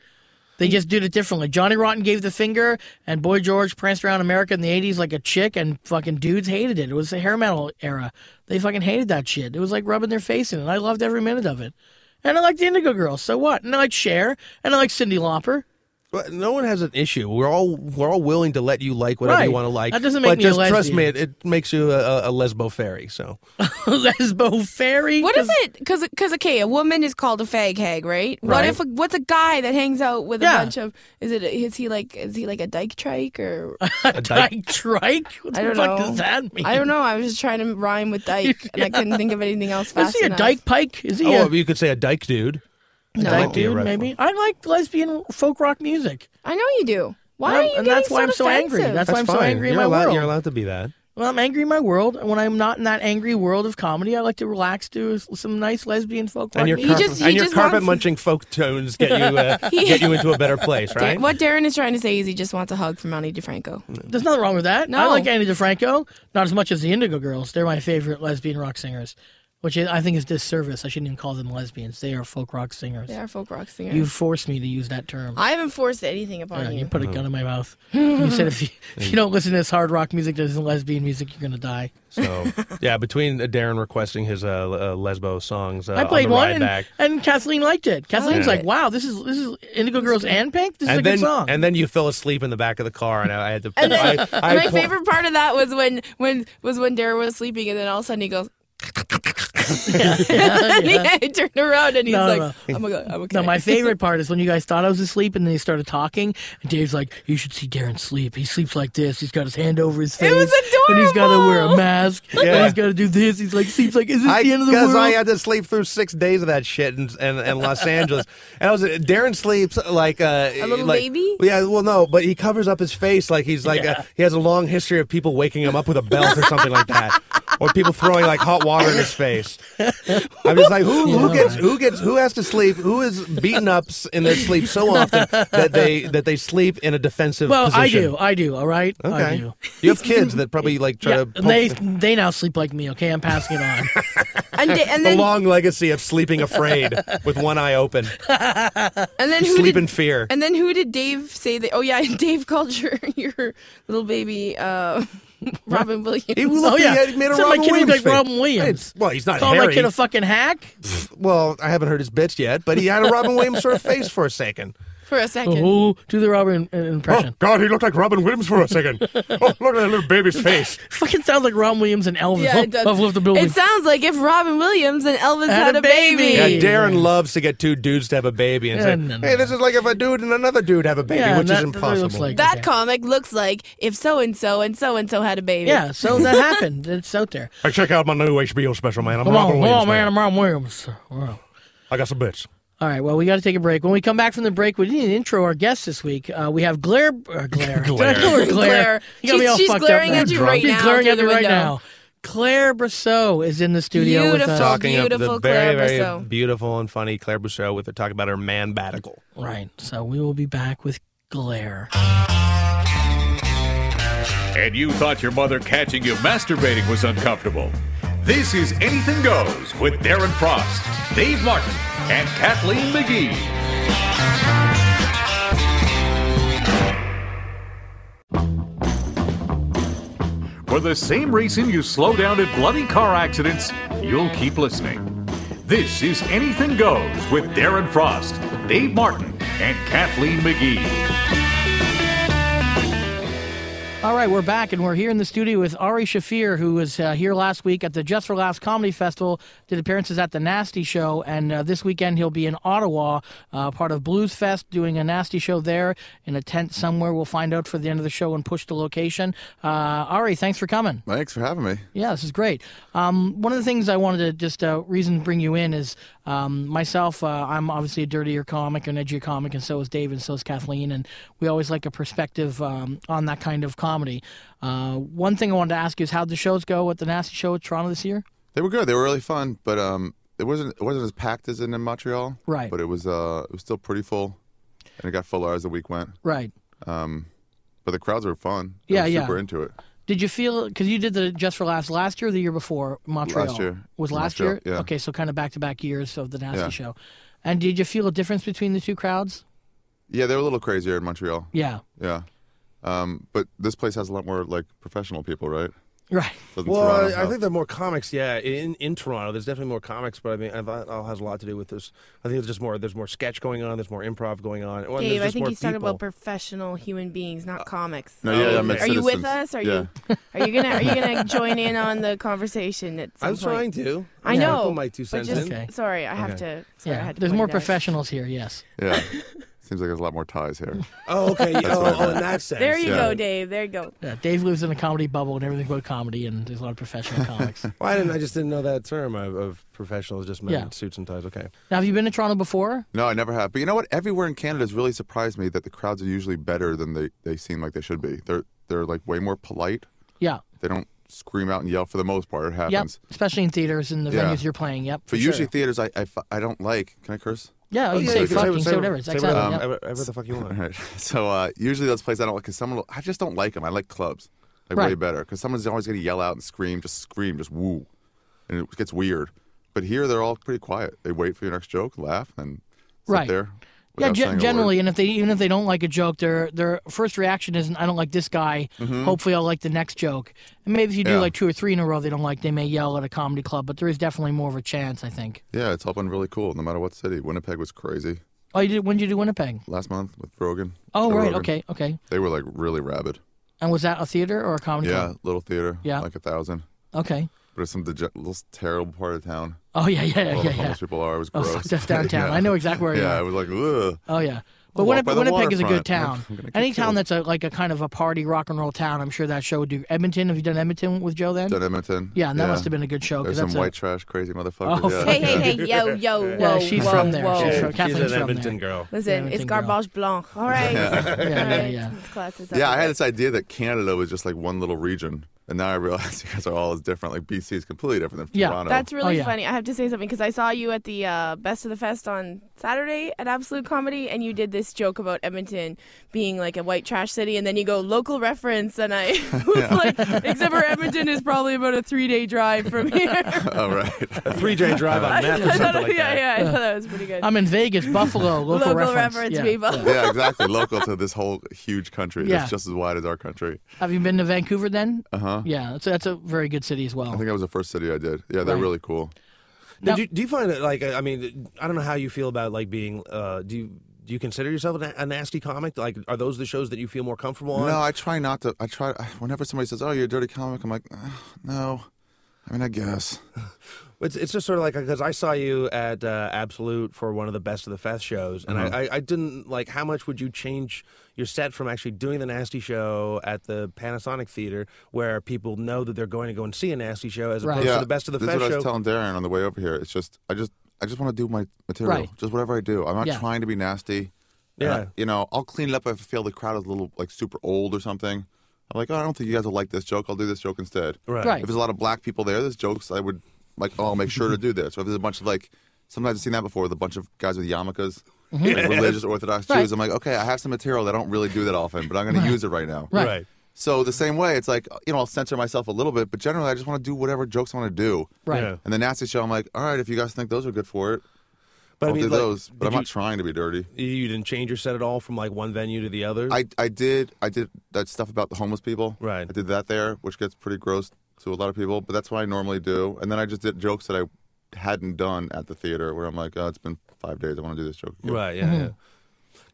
D: They just did it differently. Johnny Rotten gave the finger, and Boy George pranced around America in the '80s like a chick, and fucking dudes hated it. It was the hair metal era. They fucking hated that shit. It was like rubbing their face in it. I loved every minute of it, and I liked the Indigo Girls. So what? And I like Cher, and I like Cindy Lauper.
C: But no one has an issue. We're all we're all willing to let you like whatever you
D: Right.
C: want to like.
D: That doesn't make
C: but
D: me a
C: just trust
D: lesbian.
C: me, it, it makes you a, a, a lesbo fairy. So
D: Lesbo Fairy.
E: What is it? Because because okay, a woman is called a fag hag, right? What
C: Right.
E: if a, what's a guy that hangs out with
D: Yeah.
E: a bunch of? Is it is he like is he like a dyke trike or
C: a dyke-
D: Dyke Trike? What the
E: I don't
D: fuck
E: know.
D: does that mean?
E: I don't know. I was just trying to rhyme with dyke, and I couldn't think of anything else fast
D: Is he a
E: enough.
D: Dyke Pike? Is he a
C: oh, you could say a dyke dude.
E: No.
D: Dyke
C: might be a
D: dude,
C: red
D: maybe. I like lesbian folk rock music.
E: I know you do. Why
D: And
E: are
D: I'm-
E: you
D: and
E: getting
D: that's why
E: so
D: I'm so angry.
E: defensive?
D: That's why I'm so angry in
C: you're
D: my
C: allowed,
D: world.
C: You're allowed to be that.
D: Well, I'm angry in my world. and When I'm not in that angry world of comedy, I like to relax to s- some nice lesbian folk rock
C: And your
D: music.
C: carpet,
E: just- he
C: and your
E: just
C: carpet
E: wants-
C: munching folk tones get you uh, get you into a better place,
E: Da-
C: right?
E: What Darren is trying to say is he just wants a hug from Monty DeFranco.
D: There's nothing wrong with that. I
E: No.
D: like Annie DeFranco, not as much as the Indigo Girls. They're my favorite lesbian rock singers, which I I think is disservice. I shouldn't even call them lesbians. They are folk rock singers.
E: They are folk rock singers.
D: You forced me to use that term.
E: I haven't forced anything upon
D: Yeah, you
E: you.
D: put a
C: Mm-hmm.
D: gun in my mouth. you said if you, if you don't listen to this hard rock music that isn't lesbian music, you're gonna die.
C: So yeah, between uh, Darren requesting his uh, l- uh, lesbo songs, uh,
D: I played
C: on the
D: one,
C: ride
D: and,
C: back,
D: and Kathleen liked it. Kathleen's
E: Yeah.
D: like, "Wow, this is this is Indigo Girls and Pink. This is
C: and
D: a
C: then
D: good song."
C: and then you fell asleep in the back of the car, and I, I had to.
E: And then,
C: I, I
E: my
C: pl-
E: favorite part of that was when when was when Darren was sleeping, and then all of a sudden he goes. and he- I turned around and he's
D: No, no,
E: like, "Oh my god, I'm okay."
D: no, my favorite part is when you guys thought I was asleep, and then they started talking. And Dave's like, "You should see Darren sleep. He sleeps like this. He's got his hand over his face.
E: It was
D: And he's got to wear a
E: adorable.
D: mask.
C: Yeah.
D: And he's got to do this. He's like, sleeps like, is this
C: I
D: the end of the
C: because
D: world?
C: I had to sleep through six days of that shit in, in, in Los Angeles, and I was Darren sleeps like uh, a
E: little
C: like,
E: baby?
C: Yeah, well, no, but he covers up his face like he's like uh he has a long history of people waking him up with a belt or something like that, or people throwing like hot water in his face. I'm just like, who who gets who gets who has to sleep? Who is beaten up s- in their sleep so often that they that they sleep in a defensive
D: well, I
C: position?
D: do. I do. All right. I
C: Okay,
D: do.
C: you have kids that probably like try
D: Yeah,
C: to. poke
D: and they they now sleep like me. Okay, I'm passing it on. Oh,
E: and, da- and
C: the
E: then
C: long legacy of sleeping afraid with one eye open.
E: and then who
C: sleep
E: did,
C: in fear.
E: and then who did Dave say that? Oh yeah, Dave called your your little baby uh, Robin Williams.
C: He was
D: oh
C: lucky
D: yeah,
C: he made a
D: so
C: Robin
D: my kid
C: Williams
D: looks like
C: face.
D: Robin Williams.
C: Well, he's not
D: Call
C: hairy.
D: my kid a fucking hack.
C: Well, I haven't heard his bitch yet, but he had a Robin Williams sort of face for a second.
E: For a second.
D: Ooh, do the Robin uh,
C: Oh.
D: impression.
A: God, he looked like Robin Williams for a second. oh, look at that little baby's face.
D: Fucking sounds like Ron Williams and Elvis.
E: Yeah, it does.
D: I've left the building.
E: It sounds like if Robin Williams and Elvis had, a baby.
C: Yeah,
D: Yeah.
C: Darren loves to get two dudes to have a baby and
D: Yeah,
C: say,
D: no, no,
C: "Hey, this is like if a dude and another dude have a baby,"
D: Yeah,
C: which
D: that-
C: is
D: that's what it
C: impossible.
D: looks like.
E: That
D: Okay.
E: comic looks like if so and so and so and so had a baby.
D: yeah, so that happened. It's out there.
A: I check out my new HBO special, man. I'm
D: Come on,
A: Robin
D: come
A: Williams.
D: on, man. I'm Ron Williams. Wow.
A: I got some bits.
D: All right, well, we got to take a break. When we come back from the break, we need an intro our guest this week. Uh, we have Glare. Uh, Glare.
A: Glare.
D: Did I call her Glare?
E: Glare.
D: You got me
E: She's-
D: all
E: she's
D: fucked
E: glaring
D: up now.
E: at you right
D: she's
E: now
D: glaring
E: through
D: at
E: the
D: me right
E: window.
D: now. Claire Brasseau is in the studio with us.
E: Beautiful.
C: Talking of the
E: Beautiful
C: very,
E: Claire
C: very
E: Brousseau.
C: beautiful and funny Claire Brousseau with her talking about her man batical.
D: Right, so we will be back with Glare.
B: and you thought your mother catching you masturbating was uncomfortable. This is Anything Goes with Darren Frost, Dave Martin, and Kathleen McGee. For the same reason you slow down at bloody car accidents, you'll keep listening. This is Anything Goes with Darren Frost, Dave Martin, and Kathleen McGee.
D: All right, we're back, and we're here in the studio with Ari Shafir, who was uh, here last week at the Just for Laughs Comedy Festival, did appearances at the Nasty Show, and uh, this weekend he'll be in Ottawa, uh, part of Blues Fest, doing a Nasty Show there in a tent somewhere. We'll find out for the end of the show and push the location. Uh, Ari, thanks for coming.
F: Thanks for having me.
D: Yeah, this is great. Um, one of the things I wanted to just uh, reason to bring you in is um, myself. Uh, I'm obviously a dirtier comic, an edgier comic, and so is Dave, and so is Kathleen, and we always like a perspective um, on that kind of comedy. Uh, one thing I wanted to ask you is how the shows go at the Nasty Show at Toronto this year.
F: They were good. They were really fun, but um, it wasn't it wasn't as packed as in, in Montreal.
D: Right.
F: But it was uh, it was still pretty full, and it got fuller as the week went.
D: Right.
F: But the crowds were fun. They
D: Yeah,
F: were
D: yeah.
F: Super into it.
D: Did you feel because you did the Just for Laughs last year or the year before Montreal?
F: Last year.
D: was last
F: Montreal,
D: year.
F: yeah.
D: Okay, so kind of back to back years of the Nasty
F: Yeah.
D: Show. And did you feel a difference between the two crowds?
F: Yeah, they were a little crazier in Montreal.
D: Yeah.
F: Yeah. Um, but this place has a lot more like professional people, right?
D: Right.
F: Doesn't
C: Well,
F: Toronto
C: I, I
F: have?
C: think there are more comics. Yeah, in in Toronto, there's definitely more comics, but I mean, I thought it all has a lot to do with this. I think there's just more. There's more sketch going on. There's more improv going on. Well, and there's
E: Dave, I
C: just
E: think
C: more
E: he's talking
C: people.
E: about professional human beings, not comics.
F: No, yeah, I meant
E: Are you with
F: citizens.
E: us? Are
F: yeah.
E: you are you gonna are you gonna join in on the conversation at some
C: I'm
E: point?
C: trying to.
E: I
C: Yeah.
E: know.
C: Put my two
E: but
C: cents
E: just,
C: in.
D: Okay.
E: Sorry, I have to. Sorry, I
D: Yeah.
E: had to
D: There's
E: point
D: more
E: it out.
D: professionals here. Yes.
F: Yeah. Seems like there's a lot more ties here.
C: Oh, okay.
F: what
C: oh,
F: I
C: oh,
F: meant.
C: in that sense.
E: There you
F: Yeah.
E: go, Dave. There you go.
D: Yeah, Dave lives in a comedy bubble and everything about comedy, and there's a lot of professional comics. now,
C: Why didn't I just didn't know that term of, of professionals just meant
D: Yeah.
C: suits and ties? Okay.
E: Oh,
D: have you been to Toronto before?
F: No, I never have. But you know what? Everywhere in Canada has really surprised me that the crowds are usually better than they, they seem like they should be. They're they're like way more polite.
D: Yeah.
F: They don't scream out and yell for the most part. It
D: Yep.
F: happens.
D: Especially in theaters and the
F: Yeah.
D: venues you're playing. Yep. for
F: But
D: sure.
F: usually theaters, I, I, fu- I don't like. Can I curse?
D: yeah,
C: Oh, yeah,
D: you can say
C: you can
D: fucking,
C: say
D: say, whatever. It's
C: say
D: exactly.
C: whatever, Um,
D: yep.
C: whatever the fuck you
F: All
C: want.
F: right. So uh, usually those places I don't like because someone. I just don't like them. I like clubs like way
D: Right.
F: better because someone's always going to yell out and scream, just scream, just woo, and it gets weird. But here they're all pretty quiet. They wait for your next joke, laugh, and sit
D: Right.
F: there.
D: Yeah,
F: without
D: gen-
F: saying a word.
D: generally, and if they even if they don't like a joke, their their first reaction isn't "I don't like this guy." Hopefully, I'll like the next joke. And maybe if you do
F: Yeah.
D: like two or three in a row, they don't like. They may yell at a comedy club, but there is definitely more of a chance, I think.
F: Yeah, it's all been really cool. No matter what city, Winnipeg was crazy
D: Oh, you did? When did you do Winnipeg?
F: last month with Rogan.
D: Oh,
F: Joe
D: right.
F: Rogan.
D: Okay, okay.
F: They were like really rabid.
D: And was that a theater or a comedy
F: Yeah,
D: club?
F: little theater.
D: Yeah.
F: like a thousand.
D: Okay.
F: But it's some dege- little terrible part of town.
D: Oh yeah, yeah,
F: All
D: yeah,
F: the
D: yeah.
F: homeless people are. It was
D: Oh,
F: gross.
D: fuck, that's downtown. I know exactly where you
F: yeah,
D: are.
F: it was like ugh.
D: Oh yeah. But
F: walk by
D: Winnipeg,
F: the
D: Winnipeg is a good
F: waterfront.
D: town.
F: I'm gonna get
D: Any town
F: killed.
D: that's a, like a kind of a party rock and roll town, I'm sure that show would do. Edmonton, have you done Edmonton with Joe then?
F: Done Edmonton.
D: Yeah, and that must have been a good show. 'cause
F: There's some
D: that's a-
F: white trash crazy motherfuckers.
D: Oh,
F: yeah.
E: Hey,
F: yeah.
E: hey, hey, yo, yo,
D: Yeah,
E: whoa,
D: she's
E: whoa,
D: from there.
E: whoa.
D: She's from,
C: She's
D: Kathleen's
C: an
D: from
C: Edmonton
D: there.
C: girl.
D: Yeah,
E: Listen,
D: I
E: it's
D: think we're all-
E: garbage blanc. All right.
D: Yeah, yeah,
E: All right,
D: yeah.
E: this class is
F: Yeah,
E: over.
F: I had this idea that Canada was just like one little region, and now I realize you guys are all as different. Like BC is completely different than
D: Yeah,
F: Toronto.
E: That's really
D: Oh, yeah.
E: funny. I have to say something because I saw you at the uh, Best of the Fest on Saturday at Absolute Comedy, and you did this joke about Edmonton being like a white trash city, and then you go local reference, and I was like, except for Edmonton is probably about a three day drive from here.
F: all right.
C: A three J drive on meth or something like
E: yeah,
C: that.
E: yeah, I thought that was pretty good.
D: I'm in Vegas, Buffalo, local,
E: local
D: reference.
E: reference,
D: yeah.
E: people.
F: yeah, exactly. Local to this whole huge country
D: Yeah.
F: that's just as wide as our country.
D: Have you been to Vancouver then? Uh huh. Yeah, that's a, that's a very good city as well.
F: Uh-huh. I think that was the first city I did. Yeah, they're
D: Right.
F: really cool.
D: Now-
C: Did you, do you find it like I mean I don't know how you feel about like being uh, do you do you consider yourself a, a nasty comic? Like, are those the shows that you feel more comfortable on?
F: No, I try not to. I try. Whenever somebody says, "Oh, you're a dirty comic," I'm like, "Ah, "No." I mean, I guess.
C: It's, it's just sort of like because I saw you at uh, Absolute for one of the Best of the Fest shows, and
F: Uh-huh.
C: I, I, I didn't like how much would you change your set from actually doing the nasty show at the Panasonic Theater, where people know that they're going to go and see a nasty show, as
D: Right.
C: opposed to the Best of the
F: this
C: Fest
F: is what I
C: show.
F: was telling Darren on the way over here. It's just, I just, I just want to do my material.
D: Right.
F: Just whatever I do. I'm not
D: Yeah.
F: trying to be nasty. And
C: yeah,
F: I- you know, I'll clean it up if I feel the crowd is a little like super old or something. I'm like, oh, I don't think you guys will like this joke. I'll do this joke instead.
C: right.
D: Right.
F: If there's a lot of black people there, there's jokes I would like. Oh, I'll make sure to do this. Or if there's a bunch of like, sometimes I've seen that before with a bunch of guys with yarmulkes, like, religious Orthodox Jews.
D: Mm-hmm. Right.
F: I'm like, okay, I have some material that I don't really do that often, but I'm going to use it right now.
D: Right.
C: Right.
F: So the same way, it's like you know, I'll censor myself a little bit, but generally, I just want to do whatever jokes I want to do.
D: Right.
C: Yeah.
F: And the nasty show, I'm like, all right, if you guys think those are good for it,
C: But I
F: I'll
C: mean,
F: do
C: like,
F: those.
C: did
F: But I'm
C: you,
F: not trying to be dirty.
C: you didn't change your set at all from like one venue to the other.
F: I, I did I did that stuff about the homeless people.
C: Right.
F: I did that there, which gets pretty gross to a lot of people, but that's what I normally do. And then I just did jokes that I hadn't done at the theater, where I'm like, oh, it's been five days. I want to do this joke. again."
C: Right. Yeah.
D: Mm-hmm.
C: yeah.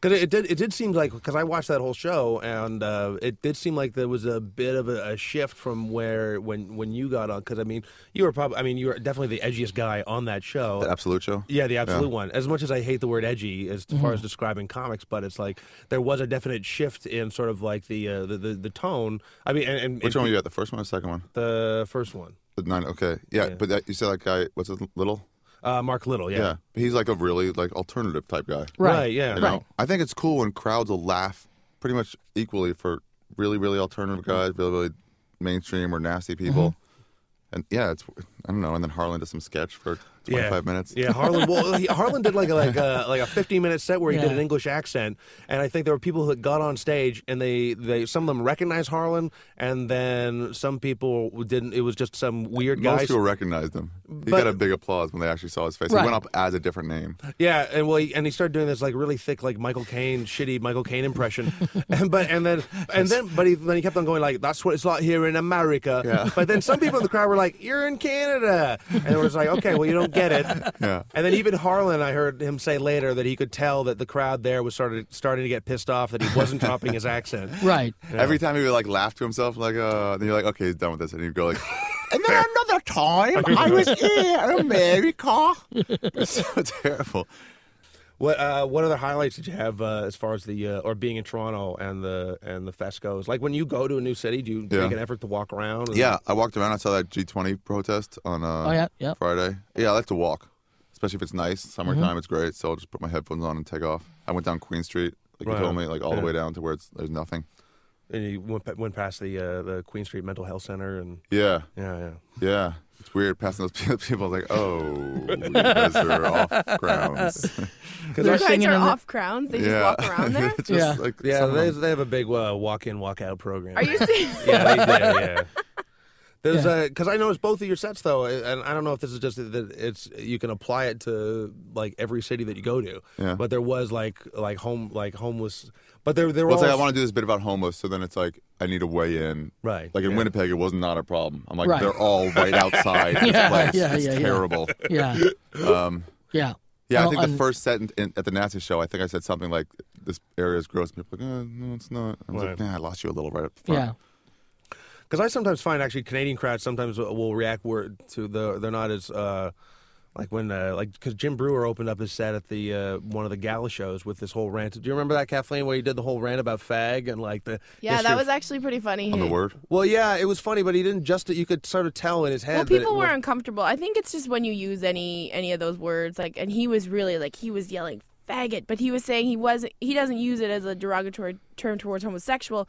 C: 'Cause it, it did. It did seem like because I watched that whole show, and uh, it did seem like there was a bit of a, a shift from where when when you got on. Because I mean, you were probably. I mean, you were definitely the edgiest guy on that show.
F: The Absolute Show.
C: yeah, the absolute one. As much as I hate the word edgy, as far
D: Mm-hmm.
C: as describing comics, but it's like there was a definite shift in sort of like the uh, the, the the tone. I mean, and, and
F: Which one were you at? The first one or the second one?
C: The first one,
F: The nine. Okay. Yeah. But that, you said that guy. What's his little?
C: uh, Mark Little. Yeah.
F: He's like a really like alternative type guy.
D: Right.
C: yeah.
F: You know, I think it's cool when crowds will laugh pretty much equally for really, really alternative guys, really, really mainstream or nasty people. And yeah, it's I don't know. And then Harlan does some sketch for 25 minutes.
C: Yeah, Harlan. Well, he, Harlan did like a, like a like a fifteen minute set where he did
D: Yeah.
C: an English accent, and I think there were people that got on stage and they they some of them recognized Harlan, and then some people didn't. It was just some weird
F: Most
C: guy.
F: people recognized him. He
C: But-
F: got a big applause when they actually saw his face.
D: Right.
F: He went up as a different name.
C: Yeah, and well, he, and he started doing this like really thick, like Michael Caine, shitty Michael Caine impression, and but and then and then but he then he kept on going like that's what it's like here in America.
F: Yeah.
C: But then some people in the crowd were like, "You're in Canada," and it was like, "Okay, well you don't get it."
F: Yeah.
C: And then even Harlan, I heard him say later that he could tell that the crowd there was started starting to get pissed off that he wasn't dropping his accent.
D: Right.
F: Every time he would like laugh to himself, like, uh, then you're like, okay, he's done with this. And he'd go like, and then another time I was in America. It's so terrible.
C: What uh, what other highlights did you have uh, as far as the uh, or being in Toronto and the and the fest goes? Like when you go to a new city, do you
F: Yeah.
C: make an effort to walk around? and-
F: Yeah, I walked around. I saw that G20 protest on uh,
D: Oh, yeah, yeah.
F: Friday. Yeah, I like to walk, especially if it's nice. Summertime,
D: Mm-hmm.
F: it's great. So I'll just put my headphones on and take off. I went down Queen Street, like
C: Right.
F: you told me, like all
C: Yeah.
F: the way down to where it's, there's nothing.
C: and you went, pa- went past the uh, the Queen Street Mental Health Center and
F: Yeah,
C: yeah, yeah.
F: yeah. It's weird passing those people. Like, oh, you guys are off grounds.
E: You
D: They're
E: guys
D: singing
E: are
D: in the-
E: off crowns. They
F: yeah,
E: just walk around there.
F: It's just,
D: Yeah.
F: like,
C: Yeah,
F: some of
C: they,
F: them-
C: they have a big uh, walk in, walk out program.
E: Are you serious?
C: Yeah, they do, yeah. There's
D: Yeah.
C: because I noticed both of your sets though, and I don't know if this is just that it's you can apply it to like every city that you go to.
F: Yeah.
C: But there was like like home like homeless, but there there were
F: Well, it's like I
C: all-
F: want to do this bit about homeless, so then it's like I need to weigh in.
C: Right,
F: Like in
C: yeah.
F: Winnipeg, it was not a problem. I'm like,
D: Right.
F: they're all right outside this
D: Yeah,
F: place.
D: yeah,
F: it's
D: yeah, yeah.
F: terrible.
D: Yeah.
F: Um,
D: Yeah.
F: Yeah,
D: No,
F: I think the
D: and-
F: first set in, in, at the NASA show, I think I said something like, "This area is gross." And people were like, "Uh, "No, it's not." I was
C: Right.
F: like, "Nah, I lost you a little right up front."
D: Yeah.
C: Because I sometimes find actually Canadian crowds sometimes will react word to the they're not as uh, like when uh, like because Jim Brewer opened up his set at the uh, one of the gala shows with this whole rant. Do you remember that Kathleen where he did the whole rant about fag and like the
E: Yeah,
C: history
E: that
C: of-
E: was actually pretty funny.
F: On the word,
C: Well, yeah, it was funny, but he didn't just you could sort of tell in his head.
E: Well,
C: that it
E: people
C: was-
E: were uncomfortable. I think it's just when you use any any of those words, like, and he was really like he was yelling faggot, but he was saying he wasn't. He doesn't use it as a derogatory term towards homosexual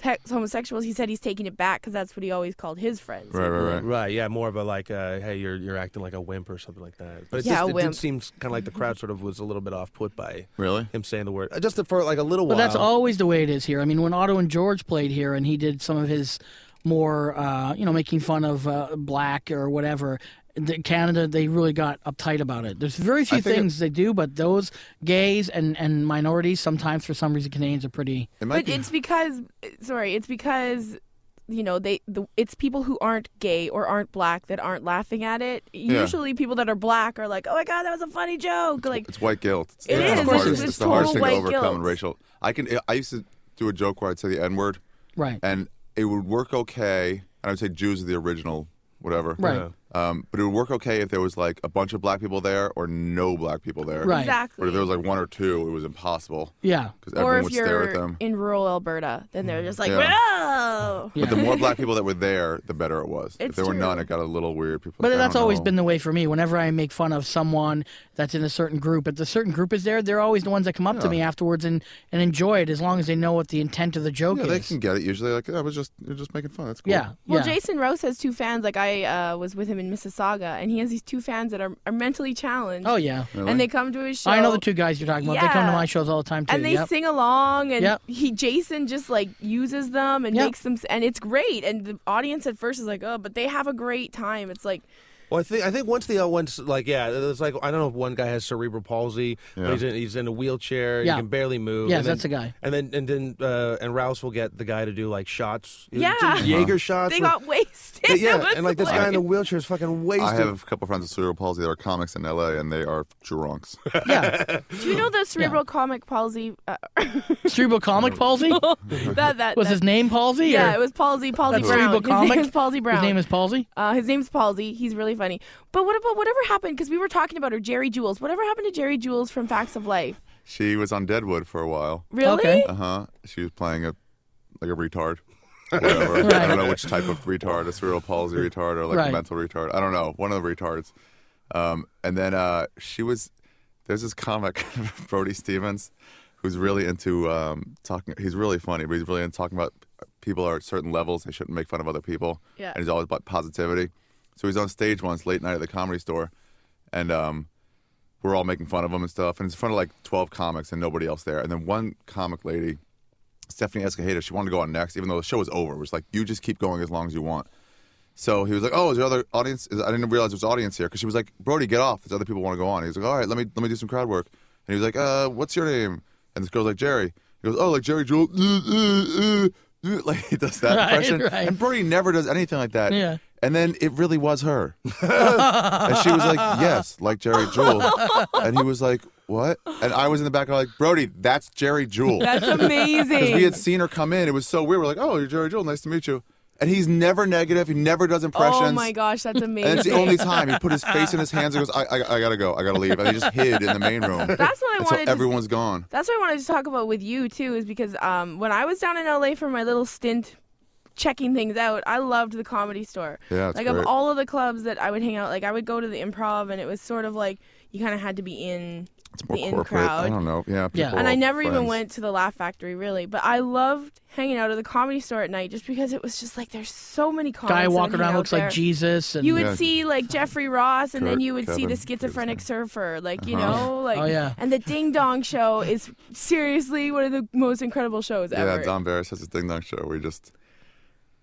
E: te- homosexuals. He said he's taking it back because that's what he always called his friends.
F: right, right, right.
C: Right, yeah, more of a like, uh, hey, you're you're acting like a wimp or something like that. But it,
E: Yeah,
C: just,
E: a
C: it did
E: wimp.
C: seem kind of like the crowd sort of was a little bit off put by
F: Really?
C: him saying the word, Uh, just for like a little
D: But
C: while.
D: that's always the way it is here. I mean, when Otto and George played here, and he did some of his more, uh, you know, making fun of uh, black or whatever. The, Canada, they really got uptight about it. There's very few
F: think it-
D: things they do, but those gays and, and minorities, sometimes for some reason, Canadians are pretty.
F: It might
E: But
F: be.
E: it's because sorry, it's because you know they the, it's people who aren't gay or aren't black that aren't laughing at it.
F: Yeah.
E: Usually people that are black are like, "Oh my god, that was a funny joke." Like
F: It's white guilt. It's,
E: It
F: the
E: is. It's
F: hardest,
E: just- it's
F: the hardest
E: total
F: thing to
E: white
F: overcome
E: guilt.
F: in racial. I can. I used to do a joke where I'd say the N word,
D: Right.
F: and it would work okay. And I would say Jews are the original, whatever.
D: Right. Yeah.
F: Um, but it would work okay if there was like a bunch of black people there or no black people there.
D: Right.
F: But
E: exactly.
F: if there was like one or two, it was impossible
D: yeah.
F: because
E: or
F: everyone
E: if
F: would stare at
E: you're
F: them.
E: in rural Alberta, then they're just like,
F: Yeah.
E: "Whoa."
D: Yeah.
F: The more black people that were there, the better it was. if
E: It's
F: there were
E: true.
F: none, it got a little weird. People.
D: But
F: like, I
D: that's
F: don't
D: always
F: know.
D: been the way for me. Whenever I make fun of someone that's in a certain group, if the certain group is there, they're always the ones that come up to me afterwards and, and enjoy it as long as they know what the intent of the joke
F: Yeah,
D: is.
F: they can get it usually. Like, yeah, I was just, you're just making fun. That's cool.
D: Yeah.
E: Well,
D: yeah.
E: Jason Rose has two fans. Like I uh, was with him in Mississauga, and he has these two fans that are, are mentally challenged.
D: Oh, yeah.
E: and they come to his show.
D: I know the two guys you're talking about. They come to
E: Yeah.
D: my shows all the time, too.
E: and they
D: Yep.
E: sing along and
D: Yep.
E: he jason just like uses them and
D: Yep.
E: makes them s- and it's great and the audience at first is like oh but they have a great time it's like
C: Well, I think I think once the uh, once like yeah, it's like I don't know if one guy has cerebral palsy, but he's in, he's in a wheelchair,
D: Yeah.
C: he can barely move.
D: Yes,
C: and then-
D: that's the guy.
C: And then and then uh, and Rouse will get the guy to do like shots,
E: Yeah.
C: Jaeger Jaeger shots.
E: they
C: with-
E: got wasted
C: Yeah,
E: It
C: yeah,
E: was
C: and like this guy in the wheelchair is fucking wasted.
F: I have a couple friends with cerebral palsy that are comics in LA, and they are drunks.
D: Yeah.
E: do you know the cerebral comic palsy uh,
D: Cerebral comic palsy?
E: that that
D: Was
E: that-
D: his name palsy?
E: yeah,
D: or-
E: it was Palsy. Palsy
D: That's
E: Brown.
D: cerebral
E: His
D: comic?
E: name's Palsy Brown.
D: His name is palsy?
E: uh, his name's Palsy. He's really funny. But what about whatever happened? Because we were talking about her, Jerry Jules. Whatever happened to Jerry Jules from Facts of Life?
F: She was on Deadwood for a while.
E: Really?
D: Okay.
F: Uh huh. She was playing a like a retard. Whatever. I don't know which type of retard, a cerebral palsy retard or like
D: Right.
F: a mental retard. I don't know. One of the retards. Um, and then uh, she was there's this comic, Brody Stevens, who's really into um, talking. He's really funny, but he's really into talking about people are at certain levels. They shouldn't make fun of other people.
E: Yeah.
F: And he's always about positivity. So he's on stage once late night at the comedy store, and um, we're all making fun of him and stuff. And it's in front of like 12 comics and nobody else there. And then one comic lady, Stephanie Escajeda, she wanted to go on next, even though the show was over. It was like, you just keep going as long as you want. So he was like, "Oh, is there other audience?" is- I didn't realize there was audience here because she was like, "Brody, get off. There's other people want to go on." He was like, "All right, let me let me do some crowd work." And he was like, "Uh, what's your name?" And this girl's like, "Jerry." He goes, "Oh, like Jerry Jewel." uh, uh, uh," Like he does that
D: Right,
F: impression,
D: right.
F: and Brody never does anything like that.
D: Yeah.
F: And then it really was her, and she was like, "Yes, like Jerry Jewel," and he was like, "What?" And I was in the back, like, "Brody, that's Jerry Jewel."
E: That's amazing. Oh
F: Because we had seen her come in. It was so weird. We're like, oh, you're Jerry Joel. Nice to meet you. And he's never negative. He never does impressions.
E: oh my gosh, that's amazing.
F: And it's the only time he put his face in his hands and goes, I, I, I gotta go. I gotta leave. And he just hid in the main room.
E: That's what I
F: and
E: wanted
F: So
E: to-
F: everyone's gone.
E: That's what I wanted to talk about with you too, is because um, when I was down in LA for my little stint checking things out, I loved the comedy store.
F: Yeah, it's
E: like
F: great.
E: of all of the clubs that I would hang out, like I would go to the improv, and it was sort of like you kind of had to be in
F: It's more
E: the in
F: corporate. I
E: crowd.
F: don't know. Yeah.
D: Yeah.
F: people
E: And
F: are
E: I never even
F: friends.
E: went to the Laugh Factory really, but I loved hanging out at the comedy store at night just because it was just like there's so many comics.
D: Guy
E: that would
D: walking
E: hang
D: around
E: out
D: looks
E: there.
D: like Jesus. And
E: You would
F: Yeah.
E: see like Jeffrey Ross, and
F: Kurt
E: then you would see
F: Kevin Uh-huh.
E: the schizophrenic surfer, like you know, like
D: Oh, yeah.
E: and the Ding Dong Show is seriously one of the most incredible shows
F: Yeah,
E: ever.
F: Don Barris has a ding dong show where he just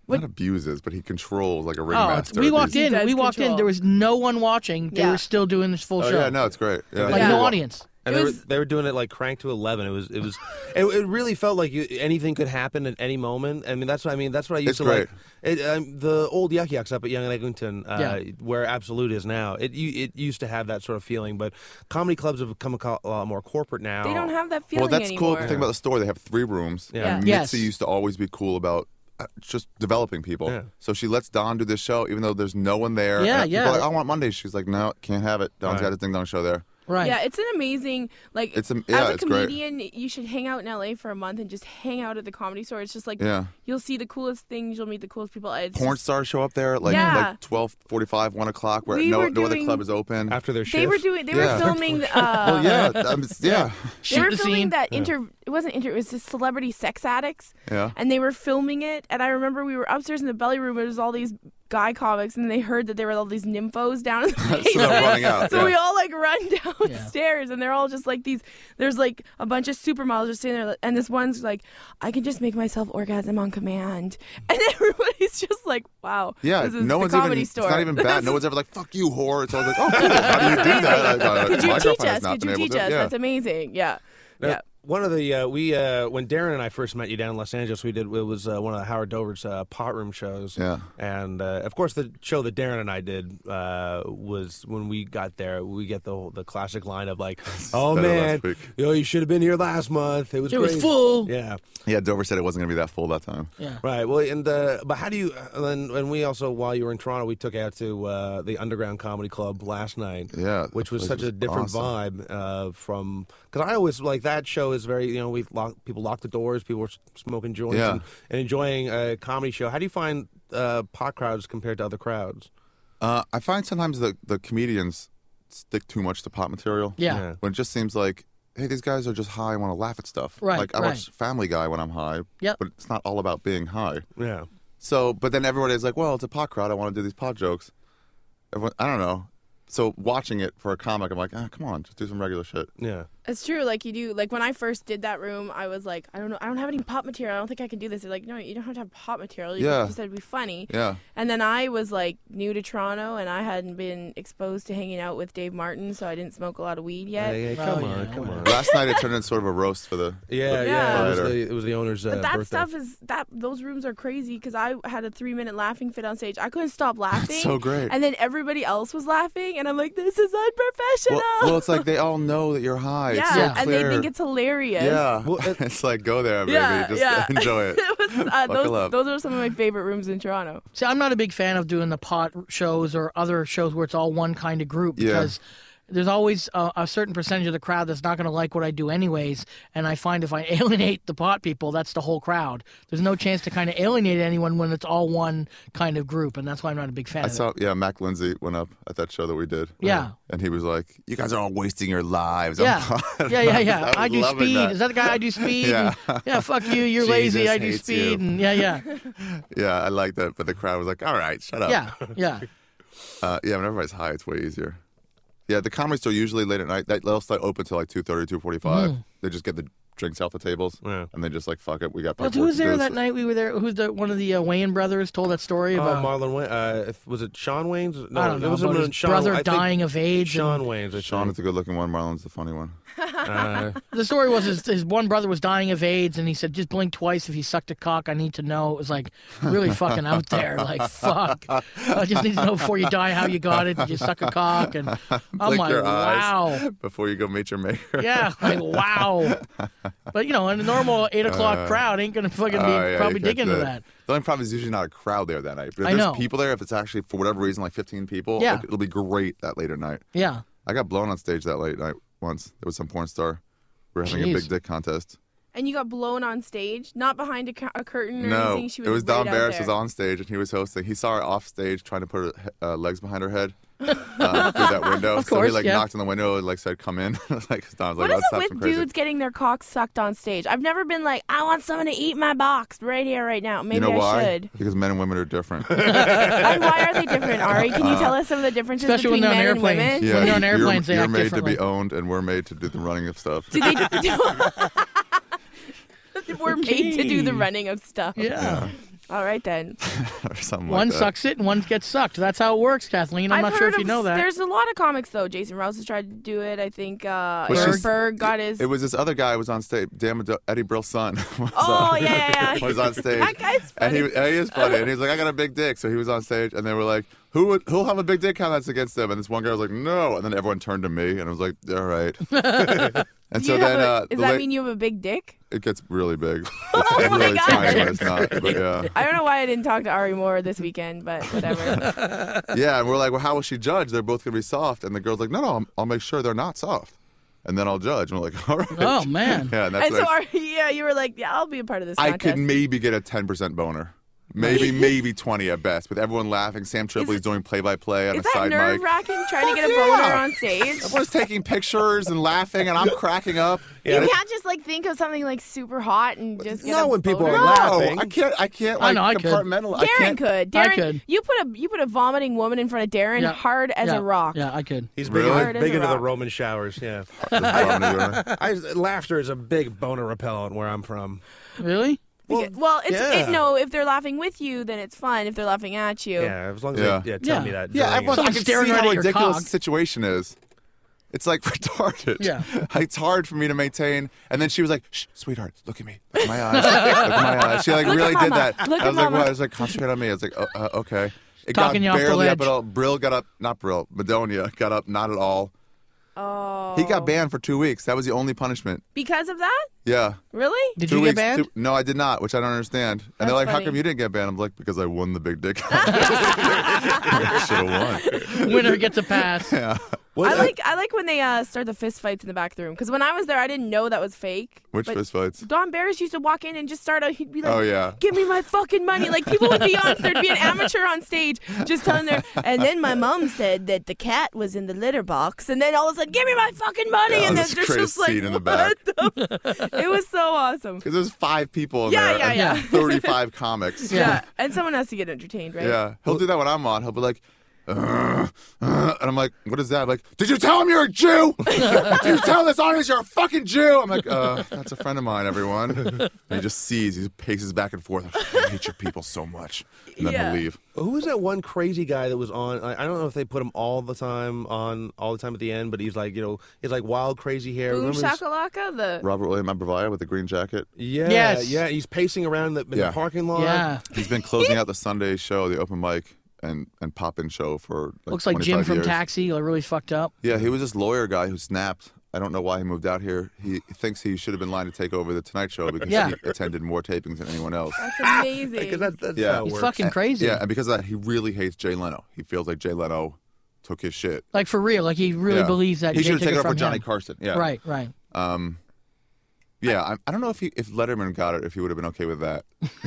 E: What-
F: not abuses, but he controls like a
D: Oh, it's-
F: ringmaster.
D: we walked
E: He
D: in.
E: does
D: We walked in.
E: control.
D: There was no one watching. They
E: Yeah.
D: were still doing this full
F: Oh
D: show.
F: yeah, no, it's great. Yeah.
D: Like
E: Yeah.
D: no audience.
C: And
E: It
C: they,
E: was-
C: were, they were doing it like crank to eleven. It was it was it, it really felt like you, anything could happen at any moment. I mean that's what I mean that's what I used
F: It's
C: to
F: great.
C: like. It, um, the old yuck yucks up at Young and Eglinton, uh,
D: Yeah.
C: where Absolute is now. It you, it used to have that sort of feeling, but comedy clubs have become a, co- a lot more corporate now.
E: They don't have that feeling
F: Well, that's
E: anymore.
F: cool. The thing about the store, they have three rooms.
C: Yeah.
F: And
D: Yeah.
F: Mitzi
D: Yes.
F: used to always be cool about uh, just developing people.
C: Yeah.
F: So she lets Don do this show, even though there's no one there.
D: Yeah,
F: And people
D: yeah.
F: are like, I want Mondays. She's like, no, can't have it. Don's
C: Right.
F: got his ding dong show there.
D: Right.
E: Yeah, it's an amazing like
F: It's am- yeah,
E: as a
F: it's great.
E: comedian, you should hang out in LA for a month and just hang out at the comedy store. It's just like
F: Yeah.
E: you'll see the coolest things, you'll meet the coolest people. It's
F: Porn
E: just-
F: stars show up there at like,
E: Yeah.
F: like 12, 1 o'clock, where
E: We
F: no,
E: were
F: no other
E: doing-
F: club is open.
C: after their
E: they
C: shift.
E: were doing they
F: Yeah.
E: were filming uh
F: well, yeah. I'm- yeah.
D: Shoot
E: They were
D: the
E: filming
D: scene.
E: that inter. It wasn't inter. It was just celebrity sex addicts.
F: Yeah.
E: And they were filming it, and I remember we were upstairs in the belly room. and It was all these guy comics, and they heard that there were all these nymphos down in the
F: so they're
E: basement.
F: running out.
E: So
F: yeah.
E: we all like run downstairs, and they're all just like these. There's like a bunch of supermodels just sitting there, and this one's like, "I can just make myself orgasm on command," and everybody's just like, "Wow,
F: yeah,
E: this is
F: no
E: the
F: one's
E: comedy
F: even.
E: store."
F: It's not even bad.
E: This
F: No
E: is-
F: one's ever like, "Fuck you, whore." It's always like, "Oh, cool. how do you do that?" I- I-
E: Could you
F: my
E: teach
F: girlfriend has
E: us?
F: not
E: Could
F: been
E: you
F: able
E: teach
F: to.
E: us?
F: Yeah.
E: That's amazing. Yeah, yeah.
C: one of the uh, we uh, when Darren and I first met you down in Los Angeles, we did it was uh, one of the Howard Dover's uh, pot room shows.
F: Yeah.
C: and uh, of course the show that Darren and I did uh, was when we got there. We get the whole, the classic line of like, "Oh
F: better
C: man,
F: last week."
C: you, know, you should have been here last month. It was
D: It was
C: crazy."
D: full.
C: Yeah,
F: Yeah, Dover said it wasn't gonna be that full that time.
D: Yeah.
C: Right. Well, and uh, but how do you? uh, And, and we also, while you were in Toronto, we took out to uh, the Underground Comedy Club last night.
F: Yeah,
C: which
F: that
C: was
F: place
C: such a
F: was
C: different
F: awesome.
C: vibe uh, from because I always like that show is very you know we lock people lock the doors, people were s- smoking joints
F: Yeah.
C: and, and enjoying a comedy show. How do you find uh, pot crowds compared to other crowds?
F: Uh, I find sometimes the the comedians stick too much to pop material.
D: Yeah.
C: Yeah.
F: When it just seems like, hey, these guys are just high and want to laugh at stuff.
D: Right,
F: Like I watch Family Guy when I'm high.
D: Yep.
F: But it's not all about being high.
C: Yeah.
F: So, but then everybody's like, well, it's a pot crowd. I want to do these pot jokes. Everyone, I don't know. So watching it for a comic, I'm like, ah, come on, just do some regular shit.
C: Yeah.
E: It's true. Like you do. Like when I first did that room, I was like, I don't know. I don't have any pop material. I don't think I can do this. They're like, no, you don't have to have pop material. You
F: Yeah.
E: just said be funny.
F: Yeah.
E: And then I was like new to Toronto, and I hadn't been exposed to hanging out with Dave Martin, so I didn't smoke a lot of weed yet.
C: Hey, hey,
D: Oh,
C: come
D: yeah,
C: on, come on.
F: Last night it turned into sort of a roast for the
C: Yeah, yeah.
E: Yeah.
F: the
C: It, was
F: proprietor.
C: the, it was the owner's uh,
E: But that
C: birthday.
E: stuff is that those rooms are crazy because I had a three minute laughing fit on stage. I couldn't stop laughing.
F: so great.
E: And then everybody else was laughing, and I'm like, this is unprofessional.
F: well, well, it's like they all know that you're high.
E: yeah,
F: It's so
E: and they
F: clear.
E: think it's hilarious.
F: yeah.
C: Well, it-
F: it's like go there, baby.
E: Yeah,
F: just
E: yeah.
F: enjoy it.
E: It was, uh,
F: Buckle
E: those,
F: up.
E: those are some of my favorite rooms in Toronto.
D: See, I'm not a big fan of doing the pot shows or other shows where it's all one kind of group
F: Yeah.
D: because there's always a, a certain percentage of the crowd that's not going to like what I do anyways. And I find if I alienate the pot people, that's the whole crowd. There's no chance to kind of alienate anyone when it's all one kind of group, and that's why I'm not a big fan.
F: I
D: of it.
F: saw, yeah, Mac Lindsay went up at that show that we did.
D: Yeah.
F: And he was like, You guys are all wasting your lives. I'm
D: Yeah.
F: fine."
D: yeah, yeah, yeah.
F: was
D: I, do
F: loving
D: speed.
F: that.
D: Is that the guy I do speed?
F: Yeah.
D: And, yeah, fuck you. You're lazy.
F: Jesus
D: I do
F: hates you.
D: speed. And yeah, yeah,
F: Yeah, I liked that. But the crowd was like, All right, shut up.
D: yeah, yeah.
F: Uh, yeah, when everybody's high, it's way easier. Yeah, the comedy store usually late at night, that they'll stay open till like 2.45.
D: Mm.
F: They just get the drinks off the tables.
C: Yeah.
F: And they just like, Fuck it, we got
D: But
F: pop
D: who was there
F: work to do,
D: that
F: so-
D: night we were there? Who's the one of the uh, Wayne brothers told that story
C: Oh,
D: about?
C: Marlon Wayne. Uh, if- was it Sean Wayne's? No,
D: I don't know.
C: It was
D: about
C: someone-
D: his
C: Sean,
D: brother
C: I think
D: dying of age. and-
C: Sean Wayne's. I
F: Sean
C: think.
F: is the good looking one, Marlon's the funny one.
C: Uh,
D: the story was his, his one brother was dying of AIDS, and he said, "Just blink twice if he sucked a cock. I need to know." It was like really fucking out there. Like fuck, I just need to know before you die how you got it. Did you suck a cock? And I'm
F: Blink
D: like,
F: your
D: Oh wow.
F: eyes before you go meet your maker.
D: Yeah, like wow. But you know, in a normal eight o'clock crowd ain't gonna fucking be
F: Uh, Oh, yeah,
D: probably
F: you can't
D: dig into
F: do it.
D: that.
F: The only problem is usually not a crowd there that night. But if
D: I
F: there's
D: know.
F: people there, if it's actually for whatever reason like 15 people,
D: Yeah.
F: like, it'll be great that late at night.
D: Yeah.
F: I got blown on stage that late night once. There was some porn star. We were having
D: Jeez.
F: a big dick contest.
E: And you got blown on stage, not behind a, cu- a curtain or
F: no,
E: anything. She was
F: it was
E: right
F: Don
E: out
F: Barris
E: there.
F: was on stage and he was hosting. He saw her off stage trying to put her uh, legs behind her head. uh, through that window,
D: Of
F: so
D: course,
F: he like
D: yeah.
F: knocked on the window and like said, "Come in." like Don's like,
E: What is it
F: "Let's have some
E: with
F: crazy."
E: dudes getting their cocks sucked on stage? I've never been like, I want someone to eat my box right here, right now. Maybe
F: you know
E: I
F: why?
E: should.
F: Because men and women are different.
E: and why are they different, Ari? Can
F: Uh,
E: you tell us some of the differences
D: Especially when
E: between
D: they're
E: men and
D: on airplanes.
E: women?
D: Yeah. When you're on
F: you're-
D: airplanes, they
F: you're
D: act
F: made
D: differently.
F: to be owned, and we're made to do the running of stuff.
E: Do they do? We're made to do the running of stuff.
D: Yeah.
E: All right then.
F: or something
D: One
F: like that.
D: sucks it and one gets sucked. That's how it works, Kathleen.
E: I've
D: I'm not sure
E: heard
D: if you
E: of-
D: know that.
E: There's a lot of comics though. Jason Rouse has tried to do it. I think uh,
F: Was
E: Eric
F: she-
E: Berg got his.
F: It was this other guy who was on stage. Damn, it, Eddie Brill's son. was
E: oh
F: on-
E: yeah, yeah, yeah.
F: uh, was on stage.
E: That guy's
F: And he,
E: funny.
F: and he is funny. And he's like, I got a big dick. So he was on stage, and they were like, Who would, who'll have a big dick contest against them? And this one guy was like, No. And then everyone turned to me, and I was like, All right. and
E: Do
F: so
E: you have
F: then,
E: a-
F: uh, the
E: does that
F: la-
E: mean you have a big dick?
F: it gets really big. It's really
E: God.
F: tiny, but it's not. But yeah.
E: I don't know why I didn't talk to Ari Moore this weekend, but whatever.
F: Yeah, and we're like, well, how will she judge? They're both gonna be soft, and the girl's like, no, no, I'm- I'll make sure they're not soft, and then I'll judge. And we're like, all right.
D: Oh, man.
F: yeah, and that's
E: and
F: like,
E: so Ari, yeah, you were like, yeah, I'll be a part of this.
F: I
E: contest.
F: could maybe get a 10% boner, maybe maybe 20 at best, with everyone laughing. Sam Tripoli's doing play-by-play on
E: Is
F: a
E: that
F: side
E: nerve
F: mic.
E: wracking trying to get a
F: Fuck
E: boner
F: yeah.
E: on stage?
F: Everyone's taking pictures and laughing, and I'm cracking up.
E: You can't just like think of something like super hot and just get
C: No,
E: a
C: when people
E: boner.
C: are
F: No,
C: laughing.
F: I can't. I can't.
D: I
F: Like,
D: know, I could.
F: compartmental. I
E: Darren
F: can't.
E: could.
D: I
E: Darren,
D: could.
E: you put a you put a vomiting woman in front of Darren
D: Yeah.
E: hard as
D: yeah.
E: a rock.
D: Yeah, I could.
C: He's
F: Really?
C: big,
E: Hard
C: into,
E: as
C: big
E: a
C: into the
E: rock.
C: Roman showers. Yeah,
F: I,
C: I, laughter is a big boner repellent where I'm from.
D: Really?
E: Well, well it's
C: yeah.
E: it, no. If they're laughing with you, then it's fun. If they're laughing at you,
C: Yeah, as long as
F: Yeah.
C: they yeah, tell
D: Yeah.
C: me that.
F: yeah,
C: during it.
F: everyone.
D: So
F: I
D: I'm
F: can
D: staring
F: see
D: right
F: how
D: at your
F: ridiculous
D: cock.
F: the situation is. It's like retarded.
D: Yeah.
F: It's hard for me to maintain. And then she was like, Shh, sweetheart, look at me. Look at my eyes. look at my eyes. She like really did that.
E: Look
F: I
E: at
F: was like,
E: mama.
F: what? I was like, concentrate on me. I was like, oh, uh, okay. It
D: Talking you
F: got
D: off the
F: barely
D: ledge.
F: up at all. Brill got up, not Brill, Madonia got up, not at all.
E: Oh.
F: He got banned for two weeks. That was the only punishment.
E: because of that?
F: Yeah.
E: Really?
D: Did
F: two
D: you
F: weeks,
D: get banned?
F: two- no, I did not, which I don't understand. And
E: That's
F: they're like,
E: funny.
F: how come you didn't get banned? I'm like, because I won the big dick. Should have won.
D: Winner gets a pass.
E: I like I like when they uh, start the fist fights in the back room because when I was there, I didn't know that was fake.
F: Which
E: but
F: fistfights?
E: Don Barris used to walk in and just start. A, he'd be like,
F: Oh, yeah.
E: give me my fucking money!" Like people would be on, there'd be an amateur on stage just telling their. And then my mom said that the cat was in the litter box, and then all of a sudden, "Give me my fucking money!"
F: Yeah,
E: and
F: that's
E: then
F: the
E: there's just
F: greatest
E: like,
F: scene in the
E: "What the f-" It was so awesome.
F: Because there's five people in
E: Yeah,
F: there
E: yeah,
F: and
E: yeah.
F: 35 comics.
E: Yeah. and someone has to get entertained, right?
F: Yeah. He'll do that when I'm on. He'll be like, "Ugh, ugh," and I'm like, what is that? Like, did you tell him you're a Jew? did you tell this audience you're a fucking Jew? I'm like, uh, that's a friend of mine, everyone. And he just sees, he paces back and forth. I hate your people so much. And then
E: Yeah.
F: he'll leave.
C: Who was that one crazy guy that was on? I, I don't know if they put him all the time on, all the time at the end, but he's like, you know, he's like wild, crazy hair.
E: Boom
C: Remember this-
E: shakalaka. The
F: Robert William Abravaya with the green jacket.
C: Yeah,
D: Yes.
C: yeah. He's pacing around the, in the
F: Yeah.
C: parking lot.
D: Yeah.
F: He's been closing out the Sunday show, the open mic and, and pop in show for like
D: Looks like Jim
F: 25
D: from
F: years.
D: Taxi. Like really fucked up.
F: Yeah, he was this lawyer guy who snapped. I don't know why he moved out here. He thinks he should have been lined to take over the Tonight Show because
D: Yeah.
F: he attended more tapings than anyone else.
E: that's amazing.
C: Because that, that's
F: Yeah.
C: how it
D: He's
C: works.
D: fucking crazy.
F: Yeah, and because of that, he really hates Jay Leno. He feels like Jay Leno took his shit.
D: Like for real. Like he really
F: Yeah.
D: believes that
F: he
D: Jay
F: should have
D: took
F: taken
D: it
F: over
D: from
F: for Johnny
D: him.
F: Carson. Yeah,
D: Right. Right.
F: Yeah, I, I don't know if he, if Letterman got it, if he would have been okay with that,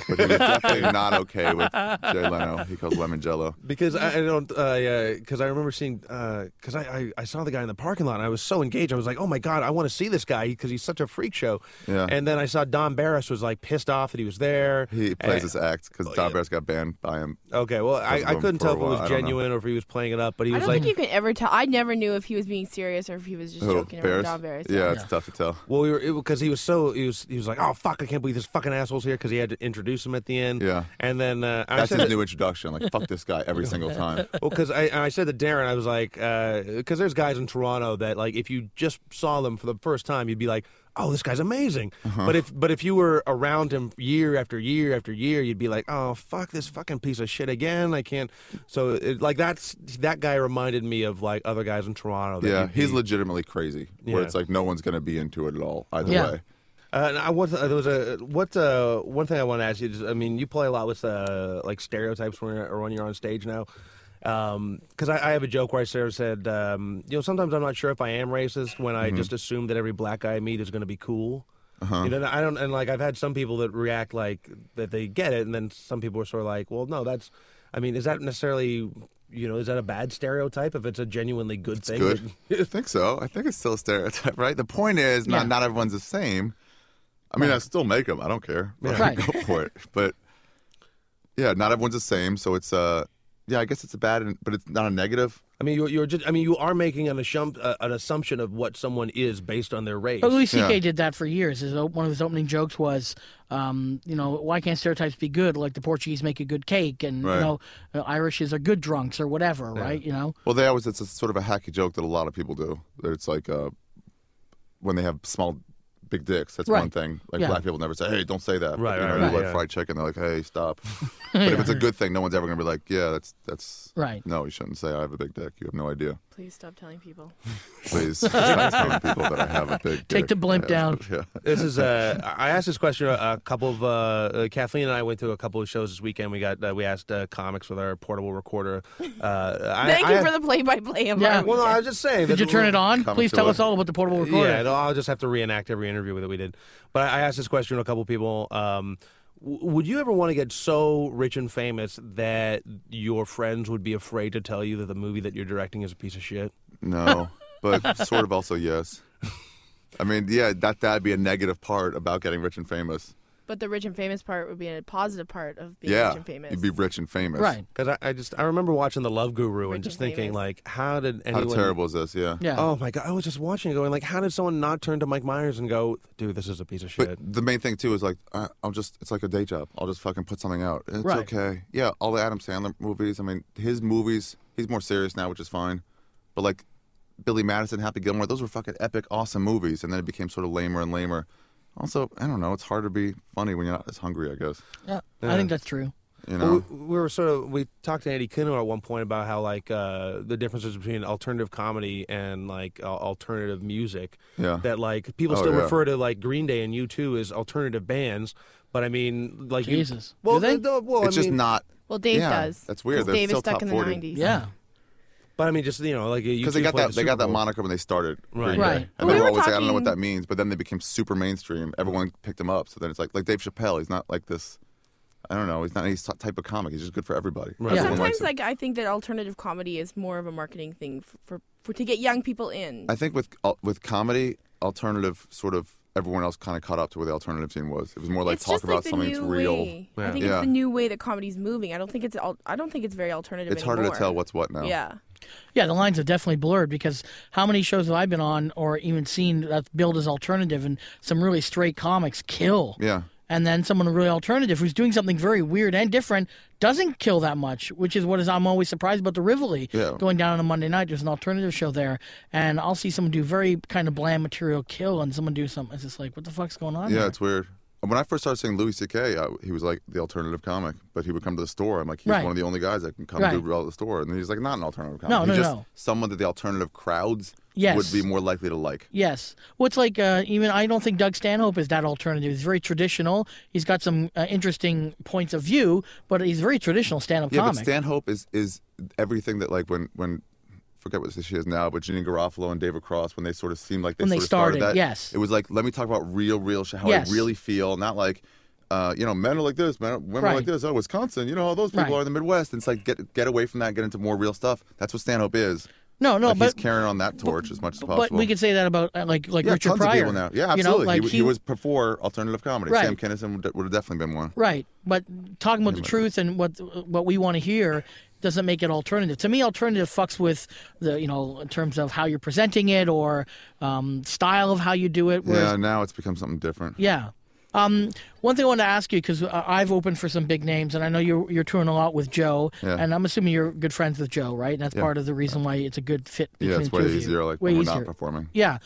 F: but he was definitely not okay with Jay Leno. He calls lemon jello.
C: Because I, I don't, because I remember seeing, because I, I, I saw the guy in the parking lot and I was so engaged. I was like, oh my God, I want to see this guy because he's such a freak show.
F: Yeah.
C: And then I saw Don Barris was like pissed off that he was there.
F: He
C: And-
F: plays this act because Don Barris got banned by him.
C: Okay, well, I,
F: of
C: I
F: him
C: couldn't
F: for a
C: tell if it
F: while.
C: was
F: I don't know.
C: genuine or if he was playing it up, but he
E: I
C: was
E: don't
C: like,
E: think you can ever tell. I never knew if he was being serious or if he was just
F: Who?
E: joking around.
F: Barris?
E: Don Barris.
F: Oh, Yeah, it's tough to tell.
C: Well, we were because he was so he was he was like, oh fuck, I can't believe this fucking asshole's here because he had to introduce him at the end.
F: Yeah.
C: and then uh, I
F: That's
C: said
F: his
C: that,
F: new introduction. Like fuck this guy every single time.
C: well because I I said to Darren, I was like, because there's guys in Toronto that like if you just saw them for the first time, you'd be like, oh, this guy's amazing.
F: Uh-huh.
C: But if but if you were around him year after year after year, you'd be like, oh fuck, this fucking piece of shit again. I can't. So it, like that's that guy reminded me of like other guys in Toronto. That
F: Yeah,
C: you'd
F: he's
C: be-
F: legitimately crazy. Where
C: Yeah.
F: it's like no one's gonna be into it at all either
D: Yeah.
F: way.
C: Uh, and I was, uh, there was a what uh, one thing I want to ask you. Is, I mean, you play a lot with uh, like stereotypes when you're, or when you're on stage now. Because I, I have a joke where I sort of said, um, you know, sometimes I'm not sure if I am racist when I just assume that every black guy I meet is going to be cool. You know, and I don't, and like I've had some people that react like that they get it, and then some people are sort of like, well, no, that's. I mean, is that necessarily, you know, is that a bad stereotype if it's a genuinely good thing?
F: Good. I think so. I think it's still a stereotype, right? The point is not
D: Yeah.
F: not everyone's the same. I mean, I still make them. I don't care. Like,
D: Right.
F: Go for it. But yeah, not everyone's the same. So it's uh, yeah, I guess it's a bad, and- but it's not a negative.
C: I mean, you're, you're just. I mean, you are making an, assump- uh, an assumption of what someone is based on their race.
D: But Louis C.K.
F: Yeah.
D: did that for years. His, op- one of his opening jokes was, um, you know, why can't stereotypes be good? Like the Portuguese make a good cake, and
F: Right.
D: you know, uh, Irishes are good drunks or whatever, right? You know,
F: Well, they always it's a sort of a hacky joke that a lot of people do. That it's like uh, when they have small, big dicks. That's one
D: Right.
F: thing. Like
D: Yeah.
F: black people never say, "Hey, don't say
C: Right,
F: that." But, you
C: right,
F: know,
C: right,
F: you like
C: yeah.
F: fried chicken. They're like, "Hey, stop." but if it's a good thing, no one's ever gonna be like, "Yeah, that's that's
D: Right.
F: No, you shouldn't say I have a big dick. You have no idea.
E: Please stop telling people.
F: Please stop telling people that I have a big.
D: Take
F: dick.
D: the blimp
F: Yeah.
D: down.
F: Yeah.
C: This is. Uh, I asked this question a, a couple of. Uh, uh, Kathleen and I went to a couple of shows this weekend. We got. Uh, we asked uh, comics with our portable recorder. Uh,
E: Thank
C: I,
E: you
C: I,
E: for the play-by-play of
D: Yeah.
E: yeah.
D: the-
C: Well, no, I was just saying.
D: did
C: that-
D: you turn it on?
F: Comic
D: Please tell
F: Store.
D: us all about the portable recorder.
C: Yeah, no, I'll just have to reenact every interview that we did. But I I asked this question to a couple people. Um, w- would you ever want to get so rich and famous that your friends would be afraid to tell you that the movie that you're directing is a piece of shit?
F: No, but sort of also yes. I mean, yeah, that that'd be a negative part about getting rich and famous.
E: But the rich and famous part would be a positive part of being
F: yeah,
E: rich and famous.
F: you'd be rich and famous.
D: Right.
C: Because I, I just I remember watching The Love Guru and
E: Rich
C: just
E: and
C: thinking
E: famous.
C: like, how did
F: How
C: anyone?
F: terrible is this? Yeah.
D: Yeah.
C: Oh my god! I was just watching it going like, how did someone not turn to Mike Myers and go, dude, this is a piece of shit?
F: But the main thing too is like I, I'll just it's like a day job. I'll just fucking put something out. It's
D: Right.
F: okay. Yeah, all the Adam Sandler movies. I mean, his movies. He's more serious now, which is fine. But like Billy Madison, Happy Gilmore, those were fucking epic, awesome movies. And then it became sort of lamer and lamer. Also, I don't know. It's hard to be funny when you're not as hungry, I guess.
D: Yeah, I think that's true.
F: You know,
C: Well, we, we were sort of we talked to Andy Kinnear at one point about how like uh, the differences between alternative comedy and like uh, alternative music.
F: Yeah.
C: That like people
F: Oh,
C: still
F: yeah.
C: refer to like Green Day and U two as alternative bands, but I mean like you-
D: Jesus.
C: well,
D: Do they?
C: no, well,
F: it's
C: I
F: just
C: mean,
F: not
E: Well, Dave
F: Yeah,
E: does.
F: that's weird.
E: 'cause
F: They're
E: Dave
F: still
E: is stuck
F: top
E: in
F: 40.
E: the 90s.
D: Yeah.
C: But I mean, just you know, like
F: because they got that they got that
C: model.
F: moniker when they started,
C: Right.
F: Green Day.
D: Right.
F: And
E: Well, we
F: they were
E: were
F: always like, I don't know what that
E: talking-
F: means, but then they became super mainstream. Everyone picked him up. So then it's like like Dave Chappelle. He's not like this. I don't know. He's not any t- type of comic. He's just good for everybody.
C: Right. Yeah.
F: Everyone likes
E: Sometimes,
F: him.
E: like I think that alternative comedy is more of a marketing thing for, for, for to get young people in.
F: I think with al- with comedy, alternative sort of everyone else kind of caught up to where the alternative scene was. It was more like
E: it's
F: talk
E: just
F: about
E: like the
F: something
E: new
F: that's real.
E: way.
C: Yeah.
E: I think
F: Yeah.
E: it's the new way that comedy's moving. I don't think it's al- I don't think it's very alternative.
F: It's harder to
E: anymore.
F: tell what's what now.
E: Yeah.
D: Yeah, the lines are definitely blurred because how many shows have I been on or even seen that's billed as alternative and some really straight comics kill.
F: Yeah.
D: And then someone really alternative who's doing something very weird and different doesn't kill that much, which is what is I'm always surprised about the Rivoli
F: Yeah.
D: going down on a Monday night. There's an alternative show there, and I'll see someone do very kind of bland material kill, and someone do something. It's just like, what the fuck's going on?
F: Yeah,
D: here?
F: it's weird. When I first started seeing Louis C.K., I, he was like the alternative comic, but he would come to the store. I'm like, he's
D: Right.
F: one of the only guys that can come
D: Right.
F: do well at the store, and he's like, not an alternative comic.
D: No,
F: he's
D: no,
F: just
D: no.
F: someone that the alternative crowds
D: Yes.
F: would be more likely to like.
D: Yes. What's like uh, even I don't think Doug Stanhope is that alternative. He's very traditional. He's got some uh, interesting points of view, but he's very traditional stand-up
F: Yeah,
D: comic.
F: but Stanhope is is everything that like when when forget what she is now, but Jeannie Garofalo and David Cross when they sort of seemed like they
D: When they
F: sort of started,
D: started,
F: that.
D: yes.
F: it was like let me talk about real, real shit, how
D: Yes.
F: I really feel, not like. Uh, you know, men are like this, men, women are
D: Right.
F: like this. Oh, Wisconsin, you know, all those people
D: Right.
F: are in the Midwest. And it's like get get away from that, get into more real stuff. That's what Stanhope is.
D: no, no,
F: like he's
D: but
F: carrying on that torch as much as possible.
D: but we could say that about uh, like like
F: yeah,
D: Richard
F: tons
D: Pryor.
F: of people now. Yeah,
D: You
F: absolutely.
D: know, like
F: he, he was before alternative comedy.
D: Right.
F: Sam Kinison would, would have definitely been one.
D: Right, but talking about the truth and what what we want to hear doesn't make it alternative. To me, alternative fucks with the you know in terms of how you're presenting it or um, style of how you do it. Whereas
F: Yeah, now it's become something different.
D: Yeah. Um, one thing I wanted to ask you because uh, I've opened for some big names, and I know you're you're touring a lot with Joe,
F: Yeah.
D: and I'm assuming you're good friends with Joe, right? And that's part of the reason why it's a good fit.
F: Yeah,
D: between
F: it's
D: the
F: way
D: two of you.
F: easier. Like
D: way
F: when
D: easier.
F: we're not performing.
D: Yeah.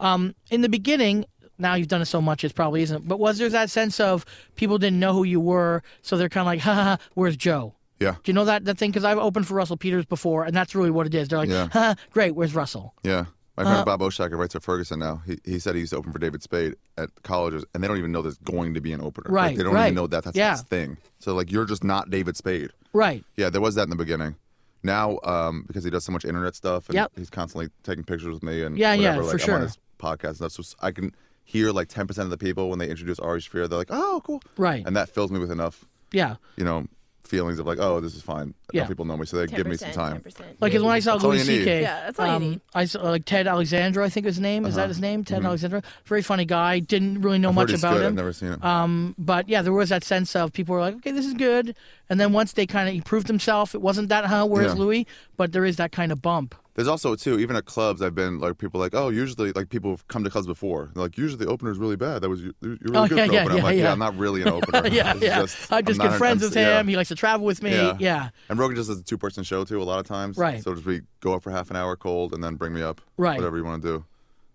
D: Um, in the beginning, now you've done it so much, it probably isn't. But was there that sense of people didn't know who you were, so they're kind of like, ha, ha, ha, where's Joe?
F: Yeah.
D: Do you know that that thing? Because I've opened for Russell Peters before, and that's really what it is. They're like,
F: Yeah.
D: ha, ha, great, where's Russell?
F: Yeah. My
D: Uh,
F: friend Bob Oshak, who writes for Ferguson now, he, he said he used to open for David Spade at colleges, and they don't even know there's going to be an opener. Like,
D: Right,
F: they don't
D: right.
F: even know that that's
D: Yeah.
F: his thing. So, like, you're just not David Spade.
D: Right.
F: Yeah, there was that in the beginning. Now, um, because he does so much internet stuff, and
D: Yep.
F: he's constantly taking pictures with me and
D: Yeah, yeah,
F: whatever, like,
D: for
F: I'm on
D: sure.
F: his podcast and stuff. So s- I can hear like 10% of the people when they introduce Ari Shafir, they're like, oh, cool.
D: Right.
F: And that fills me with enough,
D: Yeah.
F: you know, feelings of like, oh, this is fine.
D: Yeah.
F: Enough people know me, so they give me some time.
E: 10%.
D: Like, because when I saw
F: That's all
D: Louis
F: you need.
D: C.K.,
E: Yeah, that's all you
D: um,
E: need.
D: I saw like Ted Alexandra, I think his name is that his name? Ted Alexandra, very funny guy. Didn't really know
F: Uh-huh. Mm-hmm. I've
D: much
F: heard he's
D: about
F: good. I've
D: him,
F: never seen it.
D: um, but yeah, there was that sense of people were like, okay, this is good. And then once they kind of he proved himself, it wasn't that huh? Where's
F: Yeah.
D: Louis? But there is that kind of bump.
F: There's also too, even at clubs, I've been like people like, oh, usually like people have come to clubs before. They're like usually the opener is really bad. That was you- you're really
D: Oh,
F: good
D: yeah,
F: for
D: yeah,
F: opener.
D: yeah,
F: I'm like, yeah.
D: yeah.
F: I'm not really an opener.
D: yeah,
F: It's
D: yeah. I'm just
F: not
D: good
F: an-
D: friends
F: I'm-
D: with
F: yeah.
D: him. He likes to travel with me. Yeah.
F: And Rogan just does a two person show too a lot of times.
D: Right.
F: So just we go up for half an hour cold and then bring me up.
D: Right.
F: Whatever you want to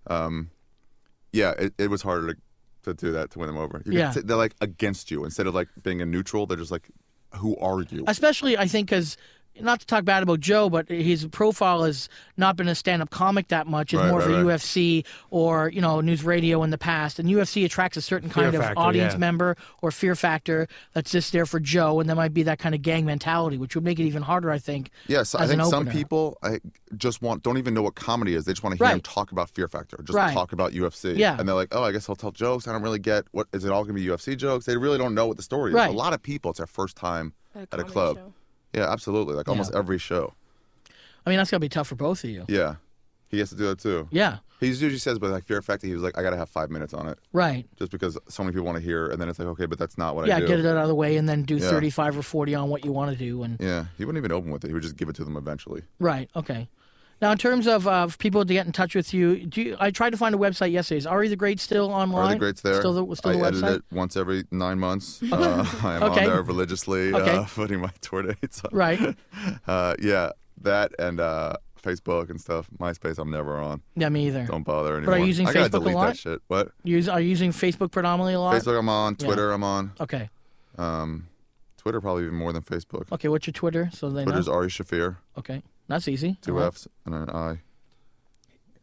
F: do. Um, yeah, it, it was harder to, to do that to win them over. You could
D: Yeah.
F: t- they're like against you instead of like being a neutral. They're just like, who are you?
D: Especially, I think, because not to talk bad about Joe, but his profile has not been a stand-up comic that much. It's
F: Right,
D: more
F: right,
D: of a
F: right.
D: UFC or you know news radio in the past. And UFC attracts a certain kind of
C: factor,
D: audience
C: yeah.
D: member or fear factor that's just there for Joe, and there might be that kind of gang mentality, which would make it even harder, I think.
F: Yes, I
D: as an
F: think some
D: opener.
F: people I just want don't even know what comedy is. They just want to hear him
D: Right.
F: talk about Fear Factor, or just
D: Right.
F: talk about UFC.
D: Yeah.
F: and they're like, "Oh, I guess he'll tell jokes." I don't really get what is it all going to be UFC jokes. They really don't know what the story
D: Right.
F: is. A lot of people, it's their first time
E: At a
F: at a
E: comedy
F: club.
E: show.
F: Yeah, absolutely. Like almost every show.
D: I mean, that's gonna be tough for both of you.
F: Yeah, he has to do that too.
D: Yeah.
F: he usually says, but like Fear Factor, he was like, "I got to have five minutes on it."
D: Right.
F: Just because so many people want to hear, and then it's like, okay, but that's not what
D: Yeah,
F: I do.
D: get it out of the way, and then do
F: Yeah.
D: 35 or 40 on what you want to do, and
F: Yeah, he wouldn't even open with it. He would just give it to them eventually.
D: Right. Okay. Now, in terms of uh, for people to get in touch with you, do you, I tried to find a website yesterday? Is Ari the Great still online?
F: Are the greats there?
D: Still the, still
F: I
D: the
F: edit
D: website?
F: it once every nine months. uh, I am
D: Okay.
F: on there religiously,
D: Okay.
F: uh, putting my tour dates on.
D: Right.
F: Uh, yeah, that and uh, Facebook and stuff. MySpace, I'm never on.
D: Yeah, me either.
F: Don't bother anymore.
D: are you using
F: I gotta
D: Facebook a
F: delete
D: lot?
F: that shit. What?
D: Use, are you using Facebook predominantly a lot?
F: Facebook, I'm on.
D: Yeah.
F: Twitter, I'm on.
D: Okay.
F: Um, Twitter probably even more than Facebook.
D: Okay, what's your Twitter? So they
F: Twitter's
D: know.
F: Ari Shafir,
D: Okay. That's easy.
F: 2
D: Uh-huh.
F: F's and an I,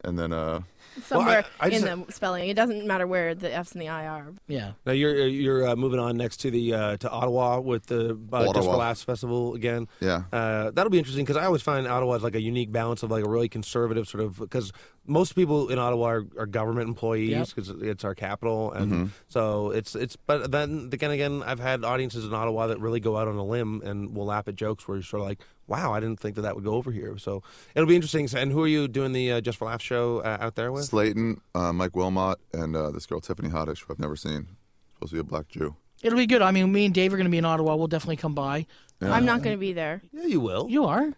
F: and then uh,
E: somewhere
C: I
E: in
C: just-
E: the spelling. It doesn't matter where the F's and the I are.
D: Yeah.
C: Now you're you're uh, moving on next to the uh, to Ottawa with the uh, Just for
F: Ottawa.
C: Laughs festival again.
F: Yeah.
C: uh, that'll be interesting because I always find Ottawa is like a unique balance of like a really conservative sort of because most people in Ottawa are, are government employees
D: Yep.
C: because it's our capital, and
F: Mm-hmm.
C: so it's it's. But then again, again, I've had audiences in Ottawa that really go out on a limb and will laugh at jokes where you're sort of like, "Wow, I didn't think that that would go over here." So it'll be interesting. So- And who are you doing the uh, Just for Laughs show uh, out there with?
F: Slayton, uh, Mike Wilmot, and uh, this girl Tiffany Haddish, who I've never seen. Supposed to be a black Jew.
D: It'll be good. I mean, me and Dave are going to be in Ottawa. We'll definitely come by.
E: I'm not going to be there.
C: Yeah, you will.
D: You are?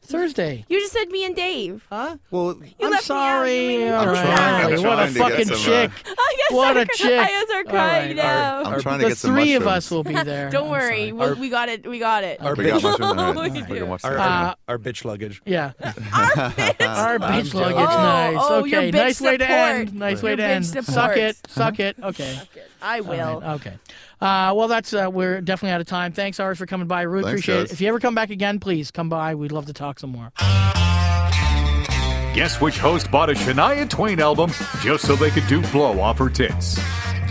D: Thursday.
E: You just said me and Dave.
D: Huh?
C: well,
E: You
D: I'm
E: left me out. You
D: sorry.
E: made me
D: All
E: look
D: right.
E: bad.
F: I'm
D: What a
F: trying to get
D: fucking
F: some, uh,
D: chick.
E: I guess
D: What
E: Oh, I,
D: a chick.
E: I guess are
D: All
E: crying
D: right, all
E: now.
D: right.
F: I'm trying to
D: the
F: get some
D: three of
F: mushrooms.
D: us will be there.
E: Don't
D: I'm
E: worry.
D: sorry.
E: We, we got it. We got it.
C: Our
F: We got
C: bitch,
F: mushrooms. All right.
E: We
F: We
E: do.
F: can watch
C: our,
F: that.
E: Uh,
C: our bitch luggage.
D: Yeah. Our bitch luggage.
C: joking.
D: nice.
E: Oh, oh,
D: okay.
E: your bitch
D: nice way to
E: support.
D: end. Nice
E: Your
D: way to
E: bitch
D: end. Suck
E: support. Uh-huh.
D: it. Suck it. Okay.
E: I will.
D: Right, Okay. Uh, well, that's uh, we're definitely out of time. Thanks, Ari, for coming by. Really
F: Thanks,
D: appreciate it.
F: guys.
D: If you ever come back again, please come by. We'd love to talk some more.
B: Guess which host bought a Shania Twain album just so they could do blow off her tits?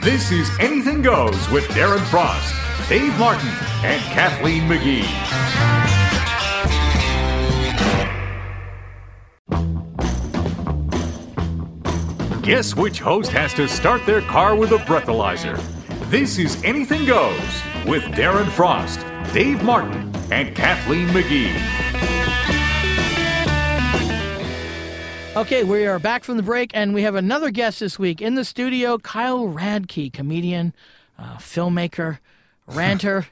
B: This is Anything Goes with Darren Frost, Dave Martin, and Kathleen McGee. Guess which host has to start their car with a breathalyzer? This is Anything Goes with Darren Frost, Dave Martin, and Kathleen McGee.
D: Okay, we are back from the break, and we have another guest this week in the studio Kyle Radke, comedian, uh, filmmaker, ranter.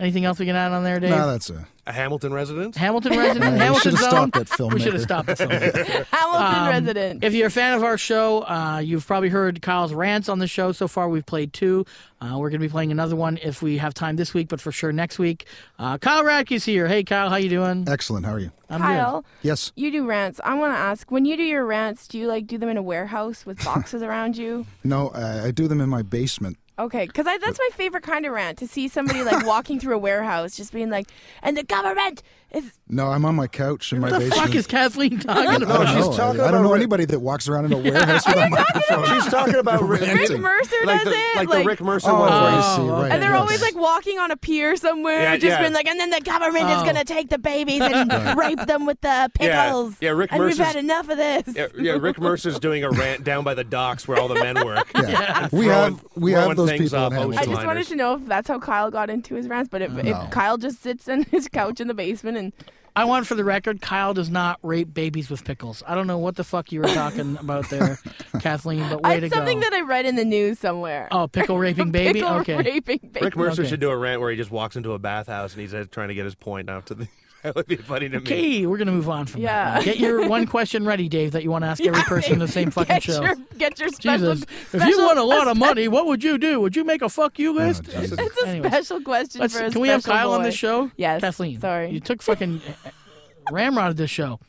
D: Anything else we can add on there, Dave?
G: Nah, that's a.
C: A Hamilton resident.
D: Hamilton resident,
G: we
D: Hamilton
G: should have
D: zone.
G: stopped that
D: We should have
G: filmmaker.
D: stopped the film.
E: Hamilton resident.
D: Um, If you're a fan of our show, uh, you've probably heard Kyle's rants on the show so far. We've played two. Uh, we're going to be playing another one if we have time this week, but for sure next week. Uh, Kyle Radke's here. Hey, Kyle, how you doing?
G: Excellent. How are you?
D: I'm
E: Kyle,
G: Yes.
E: you do rants. I want to ask when you do your rants, do you like do them in a warehouse with boxes around you?
G: No, I, I do them in my basement.
E: Okay, because that's my favorite kind of rant to see somebody like walking through a warehouse just being like, and the government is.
G: No, I'm on my couch in my
D: good. The
G: basement.
D: fuck is Kathleen talking
G: I
D: about?
G: don't
C: she's
G: know.
C: talking
G: I, I
C: about
G: don't know
C: Rick-
G: anybody that walks around in a warehouse with a microphone.
C: She's talking about Rick,
E: Rick
G: Ranting.
E: Mercer
C: like
E: does
C: the,
E: it.
C: like, the Rick Mercer
G: Oh,
C: ones where
G: I
C: he's-
G: see, right,
E: And they're
G: yes.
E: always like walking on a pier somewhere,
C: Yeah,
E: just
C: yeah.
E: being like, and then the government is
D: Oh.
E: going to take the babies and rape them with the pickles.
C: Yeah, Rick
E: And we've
C: Mercer's-
E: had enough of this.
C: Yeah, yeah, Rick Mercer's doing a rant down by the docks where all the men work.
G: Yeah. We
C: Throwing-
G: have we
C: throwing
G: have those
C: things
G: people
C: up,
G: in Hamilton.
E: I just wanted
C: liners.
E: to know if that's how Kyle got into his rants, but if, if Kyle just sits on his couch in the basement and
D: I want for the record, Kyle does not rape babies with pickles. I don't know what the fuck you were talking about there, Kathleen, but way
E: it's
D: to
E: something
D: go.
E: that I read in the news somewhere.
D: oh, pickle raping baby?
E: Pickle
D: okay.
E: raping baby.
C: Rick Mercer
D: Okay.
C: should do a rant where he just walks into a bathhouse and he's uh, trying to get his point out to the. that would be funny to me.
D: Okay, we're gonna move on from
E: Yeah.
D: that. Get your one question ready, Dave, that you want to ask every person in the same fucking
E: get
D: show.
E: Your, get your special.
D: Jesus.
E: special
D: if you want a lot of money, what would you do? Would you make a fuck you
G: Oh,
D: list?
G: Jesus.
E: it's a
D: Anyways,
E: special question
D: let's-
E: for a
D: can we have
E: special
D: Kyle on
E: boy.
D: this show?
E: Yes,
D: Kathleen.
E: sorry.
D: You took fucking ramrodded this show.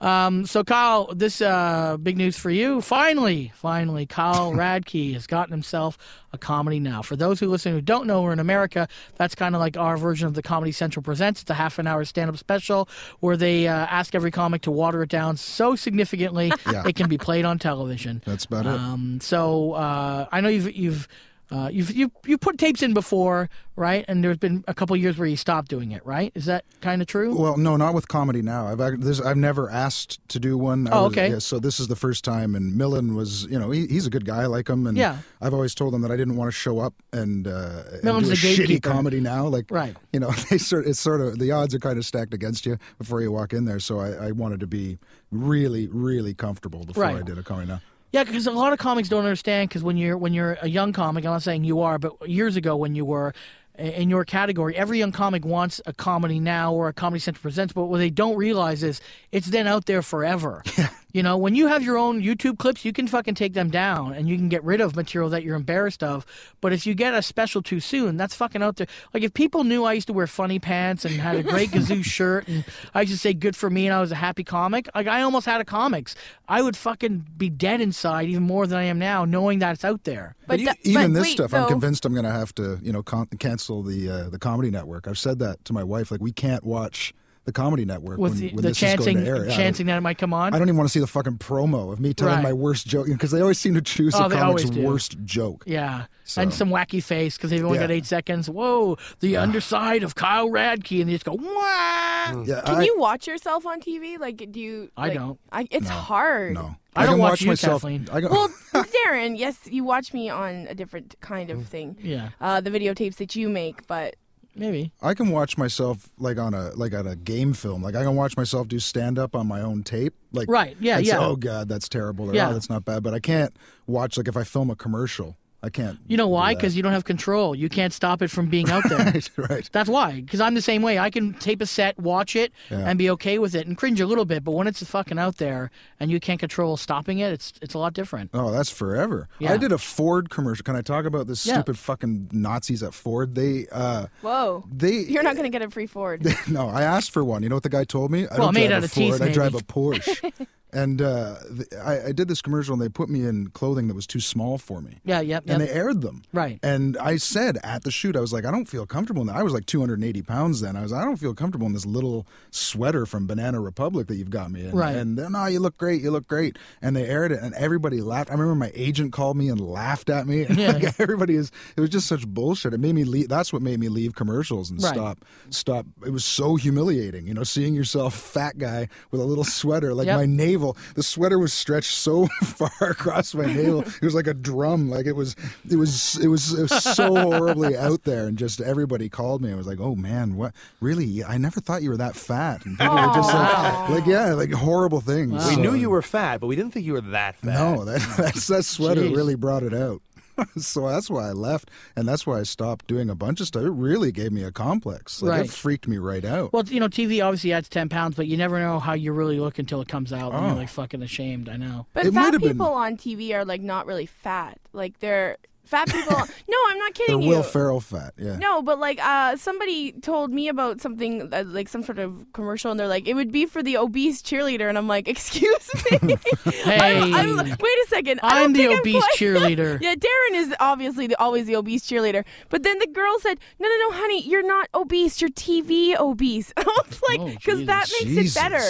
D: Um, so Kyle, this uh, big news for you. Finally, finally, Kyle Radke has gotten himself a comedy now. For those who listen who don't know, we're in America. That's kind of like our version of the Comedy Central Presents. It's a half an hour stand up special where they uh, ask every comic to water it down so significantly
G: Yeah.
D: it can be played on television.
G: That's about it.
D: Um, so uh, I know you've you've. Uh, you've, you've you put tapes in before, right? And there's been a couple years where you stopped doing it, right? Is that kind of true?
G: Well, no, not with comedy now. I've act- this, I've never asked to do one. I
D: Oh,
G: was-
D: okay.
G: yeah, so this is the first time, and Millen was, you know, he, he's a good guy. I like him, and
D: Yeah.
G: I've always told him that I didn't want to show up and, uh, and
D: Millen's
G: do
D: the
G: a shitty
D: gatekeeper.
G: comedy now. Like,
D: Right.
G: You know, they sort it's sort of the odds are kind of stacked against you before you walk in there. So I, I wanted to be really, really comfortable before
D: Right.
G: I did a comedy now.
D: Yeah, because a lot of comics don't understand. Because when you're when you're a young comic, I'm not saying you are, but years ago when you were i- in your category, every young comic wants a comedy now or a Comedy Central presents. But what they don't realize is it's then out there forever. You know, when you have your own YouTube clips, you can fucking take them down and you can get rid of material that you're embarrassed of. But if you get a special too soon, that's fucking out there. Like if people knew I used to wear funny pants and had a great kazoo shirt and I used to say good for me and I was a happy comic, like I almost had a comics, I would fucking be dead inside even more than I am now, knowing that it's out there.
E: But,
G: e-
E: that-
G: even
E: but
G: this
E: wait,
G: stuff, I'm
E: though.
G: convinced I'm going to have to, you know, con- cancel the uh, the comedy network. I've said that to my wife. Like, we can't watch the comedy network
D: With
G: when,
D: the,
G: when
D: the
G: this
D: chancing,
G: is going to air. Yeah, I-
D: chancing that it might come on.
G: I don't even want to see the fucking promo of me telling
D: Right.
G: my worst joke because they always seem to choose
D: Oh,
G: the
D: they
G: comic's
D: always do.
G: worst joke.
D: Yeah, and some wacky face because they've only
G: Yeah.
D: got eight seconds. Whoa, the underside of Kyle Radke, and they just go, "Wah!"
G: Yeah,
E: Can
G: I,
E: you watch yourself on TV? Like, do you?
D: I
E: like-
D: don't.
E: I, it's hard.
G: No,
D: I don't
G: can
D: watch
G: watch
D: you,
G: myself.
D: Kathleen.
G: I can,
E: Well, Darren, yes, you watch me on a different kind
G: Mm.
E: of thing.
D: Yeah.
E: Uh, the videotapes that you make, but
D: Maybe.
G: I can watch myself like on a like on a game film. Like I can watch myself do stand up on my own tape. Like
D: Right, yeah,
G: and say,
D: yeah.
G: oh god, that's terrible. Or,
D: Yeah.
G: oh, that's not bad. But I can't watch like if I film a commercial, I can't.
D: You know why? Because you don't have control. You can't stop it from being out there.
G: right.
D: That's why. Because I'm the same way. I can tape a set, watch it, and be okay with it, and cringe a little bit. But when it's fucking out there and you can't control stopping it, it's it's a lot different.
G: Oh, that's forever.
D: Yeah.
G: I did a Ford commercial. Can I talk about this
D: Yeah.
G: stupid fucking Nazis at Ford? They uh
E: whoa,
G: they
E: you're not gonna get a free Ford.
G: no, I asked for one. You know what the guy told me? I
D: Well,
G: don't
D: made
G: drive
D: out
G: a
D: of
G: Ford.
D: teeth,
G: I
D: maybe.
G: drive a Porsche. and uh, th- I, I did this commercial, and they put me in clothing that was too small for me.
D: Yeah, yep, yep.
G: And they aired them.
D: Right.
G: And I said at the shoot, I was like, I don't feel comfortable in that. I was like 280 pounds then. I was, I don't feel comfortable in this little sweater from Banana Republic that you've got me in.
D: Right.
G: And then, no, you look great. You look great. And they aired it, and everybody laughed. I remember my agent called me and laughed at me.
D: Yeah.
G: Like, everybody is. It was just such bullshit. It made me leave. That's what made me leave commercials and
D: Right.
G: stop. Stop. It was so humiliating. You know, seeing yourself fat guy with a little sweater like
D: Yep.
G: my navel. The sweater was stretched so far across my navel. It was like a drum. Like it was. It was. It was, it was so horribly out there. And just everybody called me. I was like, oh man, what? Really? I never thought you were that fat. And people were just like, like yeah, like horrible things.
C: We
G: So-
C: knew you were fat, but we didn't think you were that fat.
G: Oh. no, that that's, that sweater
D: Jeez.
G: really brought it out. so that's why I left, and that's why I stopped doing a bunch of stuff. It really gave me a complex. Like
D: Right.
G: it freaked me right out.
D: Well, you know, TV obviously adds ten pounds, but you never know how you really look until it comes out,
G: Oh.
D: and you're like fucking ashamed. I know.
E: But
G: It might
E: fat
G: have
E: people
G: been-
E: on TV are like not really fat. Like they're fat people. no, I'm not
G: They're
E: kidding you.
G: Will Ferrell fat. Yeah.
E: No, but like uh, somebody told me about something uh, like some sort of commercial, and they're like, it would be for the obese cheerleader, and I'm like, excuse me.
D: Hey,
E: I'm, I'm, wait a second. I don't
D: I'm the
E: think
D: obese
E: quite-
D: cheerleader.
E: yeah, Darren is obviously the, always the obese cheerleader. But then the girl said, no, no, no, honey, you're not obese. You're TV obese. I was like,
D: Oh,
E: because that makes
G: Jesus.
E: it better.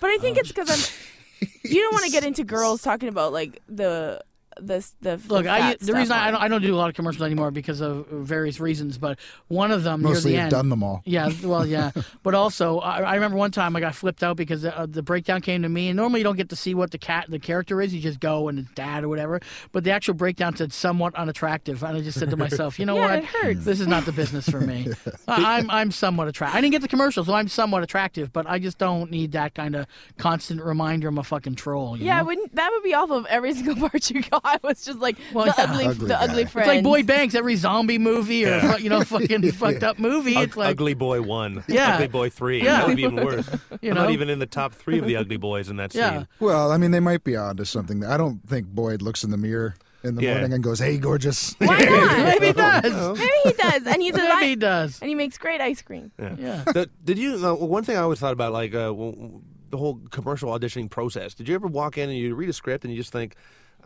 E: But I think it's because I'm. You don't want to get into girls talking about like the the the. the
D: Look, I,
E: fat
D: the
E: stuff
D: reason I
E: on-
D: don't, I don't do a lot of commercials anymore because of various reasons, but one of them
G: Mostly
D: near the
G: you've
D: end.
G: done them all.
D: Yeah, well, yeah, but also I, I remember one time I got flipped out because the, uh, the breakdown came to me, and normally you don't get to see what the cat the character is. You just go and it's dad or whatever. But the actual breakdown said somewhat unattractive, and I just said to myself, you know
E: Yeah,
D: what,
E: it hurts.
D: this is not the business for me. I, I'm I'm somewhat attractive. I didn't get the commercial, so I'm somewhat attractive, but I just don't need that kind of constant reminder I'm a fucking troll. you
E: Yeah,
D: know?
E: wouldn't that would be awful if every single part you got was just like
D: Well,
E: the
D: yeah.
E: ugly,
G: Ugly
E: the
G: guy.
E: ugly
G: It's
E: friend.
D: It's like Boyd Banks, every zombie movie or fu- you know fucking fucked up movie.
C: Ug-
D: It's like
H: Ugly Boy One,
D: Yeah.
H: Ugly Boy Three.
D: Yeah.
H: that would be even worse.
D: You
H: I'm
D: know?
H: not even in the top three of the Ugly Boys in that scene.
D: Yeah.
G: Well, I mean, they might be onto something. I don't think Boyd looks in the mirror in the
H: Yeah.
G: morning and goes, "Hey, gorgeous."
E: Why not?
D: maybe he does.
E: Maybe he does, and he's a
D: Maybe
E: li-
D: he does.
E: and he makes great ice cream.
D: Yeah.
C: The- did you? Uh, one thing I always thought about, like uh, w- w- the whole commercial auditioning process. Did you ever walk in and you read a script and you just think,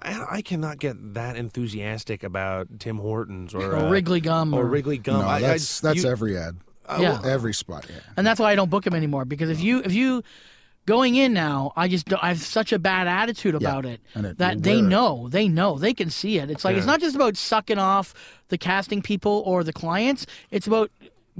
C: I, I cannot get that enthusiastic about Tim Hortons or,
D: Or
C: uh,
D: Wrigley gum
H: Oh,
C: or
D: or-
C: Wrigley gum?
G: No,
C: I- I-
G: that's that's
C: you-
G: every ad.
D: Yeah.
G: Every spot. Yeah.
D: and that's why I don't book him anymore. Because if you if you going in now, I just don't- I have such a bad attitude about it,
G: and it-
D: that
G: you
D: they
G: wear it.
D: know they know they can see it. It's like it's not just about sucking off the casting people or the clients. It's about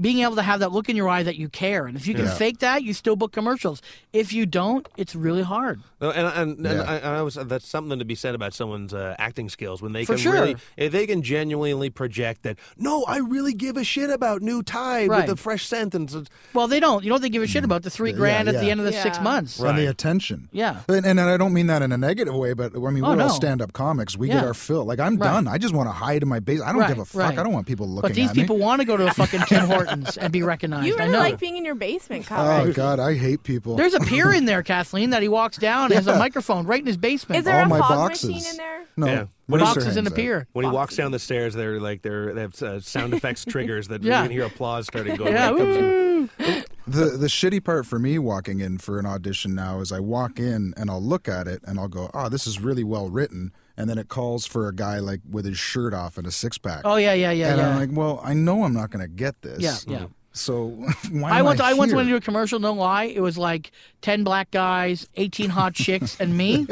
D: being able to have that look in your eye that you care. And if you can fake that, you still book commercials. If you don't, it's really hard.
C: No, and and, and,
G: Yeah.
C: I, and I was that's something to be said about someone's uh, acting skills when they
D: For
C: can
D: sure.
C: really if they can genuinely project that no I really give a shit about new Tide
D: Right.
C: with a fresh scent and s-
D: Well, they don't. You know what they give a shit about the three grand at the
G: Mm. yeah.
D: end of the six
E: Yeah.
D: months.
G: and the attention.
D: Yeah.
G: And, and I don't mean that in a negative way, but I mean,
D: Oh,
G: we're
D: no.
G: all stand up comics. We
D: Yeah.
G: get our fill. Like, I'm
D: Right.
G: done. I just want to hide in my base. I don't
D: Right,
G: give a fuck.
D: right.
G: I don't want people looking
D: But these
G: at me.
D: people want to go to a fucking Tim Martins and be recognized.
E: You
D: I
E: really
D: know.
E: like being in your basement, Conrad.
G: Oh God, I hate people.
D: There's a pier in there, Kathleen, that he walks down and has a
G: Yeah.
D: microphone right in his basement.
E: Is there
G: All
E: a
G: my
E: fog
G: boxes.
E: machine in there?
G: No,
C: Yeah.
G: what is
D: boxes
G: there
D: in the
G: hangs out?
D: pier?
C: When he walks down the stairs, they're like they're they have uh, sound effects triggers that
D: Yeah.
C: you can hear applause starting going.
D: Yeah.
C: when he comes in.
D: woo.
G: The the shitty part for me walking in for an audition now is I walk in and I'll look at it and I'll go, oh, this is really well written, and then it calls for a guy like with his shirt off and a six pack.
D: Oh yeah, yeah, yeah,
G: and
D: yeah.
G: I'm like, well, I know I'm not gonna get this.
D: Yeah, yeah.
G: So why?
D: I
G: am
D: once I once
G: here?
D: went to do a commercial. No lie, it was like ten black guys, eighteen hot chicks, and me,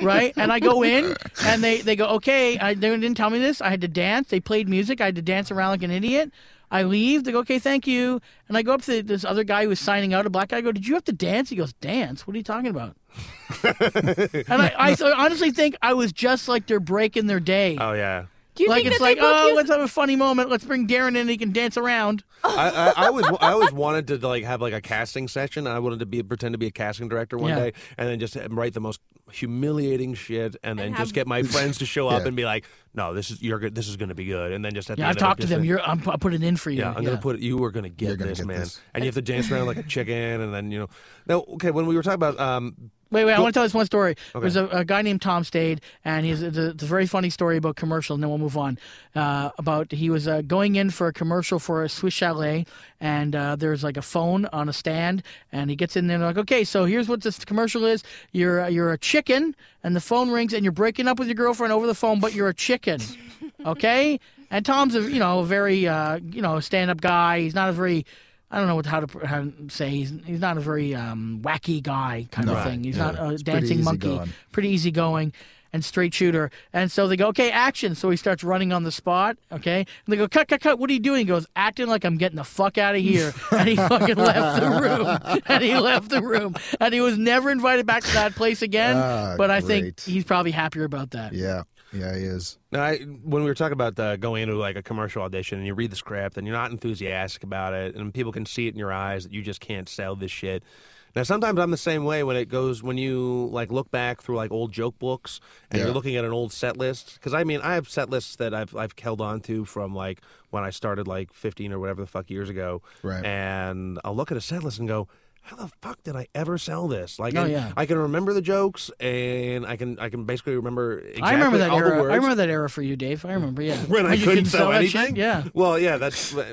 D: right? And I go in, and they they go, okay. I, they didn't tell me this. I had to dance. They played music. I had to dance around like an idiot. I leave. They go, okay, thank you. And I go up to this other guy who was signing out, a black guy. I go, did you have to dance? He goes, dance? What are you talking about? and I, I so honestly think I was just like they're breaking their day.
C: Oh yeah.
E: Do you
D: like
E: think
D: it's
E: that
D: like,
E: they book
D: oh,
E: you?
D: let's have a funny moment. Let's bring Darren in. He can dance around.
C: I, I, I always I always wanted to like have like a casting session. I wanted to be pretend to be a casting director one
D: Yeah.
C: day, and then just uh, write the most humiliating shit, and then
E: And
C: just
E: have-
C: get my friends to show up
G: Yeah.
C: and be like, "No, this is you're good. This is going to be good." And then just at the
D: Yeah, I've
C: end of it,
D: talked to
C: just
D: them.
C: like,
D: You're, I'm, I'll put it in for you.
C: yeah, I'm gonna put it. You are gonna get
G: gonna
C: this,
G: get
C: man,
G: this.
C: and you have to dance around like a chicken, and then you know. Now, okay, when we were talking about um,
D: Wait, wait. I want to tell this one story. There's a, a guy named Tom Stade, and he's it's a, it's a very funny story about commercial, and then we'll move on. Uh, about he was uh, going in for a commercial for a Swiss Chalet, and uh, there's like a phone on a stand, and he gets in there and they're like, okay, so here's what this commercial is. You're uh, you're a chicken, and the phone rings, and you're breaking up with your girlfriend over the phone, but you're a chicken, okay? And Tom's a you know a very uh, you know stand up guy. He's not a very I don't know what, how to pr- how to say he's he's not a very um, wacky guy kind of thing. He's not a dancing
G: easy
D: monkey,
G: going.
D: pretty easygoing and straight shooter. And so they go, okay, action. So he starts running on the spot. Okay, and they go, cut, cut, cut. What are you doing? He goes, acting like I'm getting the fuck out of here. And he fucking left the room. And he left the room. And he was never invited back to that place again.
G: Ah,
D: but I think
G: great.
D: he's probably happier about that.
G: Yeah, yeah, he is.
C: Now, I, when we were talking about uh, going into like a commercial audition and you read the script and you're not enthusiastic about it, and people can see it in your eyes that you just can't sell this shit. Now, sometimes I'm the same way when it goes when you like look back through like old joke books and you're looking at an old set list. Because I mean, I have set lists that I've I've held on to from like when I started like 15 or whatever the fuck years ago.
G: Right.
C: And I'll look at a set list and go. How the fuck did I ever sell this? Like,
D: Oh,
C: and
D: yeah.
C: I can remember the jokes, and I can I can basically remember exactly
D: I remember that
C: all the
D: era.
C: words
D: I remember that era for you, Dave. I remember, yeah.
C: when I
D: you
C: couldn't
D: couldn't
C: sell
D: that shit?
C: anything.
D: Yeah.
C: Well, yeah, that's I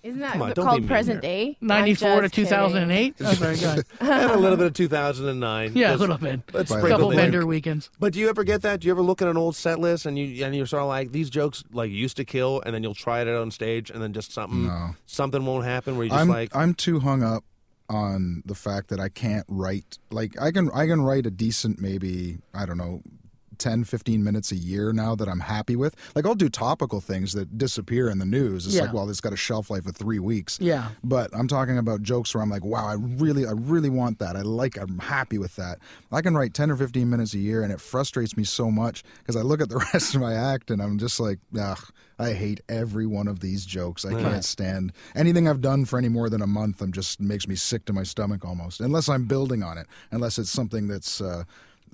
E: Isn't that
C: Come on, don't be
E: called
C: mean
E: present
C: here.
E: day? I'm
D: 94 to
E: just
D: 2008. Oh, sorry, go ahead.
C: had a little bit of 2009.
D: Yeah, a
C: Just-
D: little bit.
C: Let's
G: By
C: sprinkle
G: the
D: Couple
C: it in.
D: vendor weekends.
C: But do you ever get that? Do you ever look at an old set list and you and you're sort of like these jokes like used to kill, and then you'll try it out on stage, and then just something something won't happen where you just
G: I'm
C: like
G: I'm too hung up on the fact that I can't write like I can I can write a decent maybe I don't know 10 15 minutes a year now that I'm happy with. Like I'll do topical things that disappear in the news. It's
D: Yeah.
G: like well it's got a shelf life of 3 weeks.
D: Yeah.
G: But I'm talking about jokes where I'm like wow I really I really want that. I like I'm happy with that. I can write 10 or 15 minutes a year and it frustrates me so much cuz I look at the rest of my act and I'm just like ugh I hate every one of these jokes. I can't stand anything I've done for any more than a month. I'm just makes me sick to my stomach almost. Unless I'm building on it. Unless it's something that's, uh,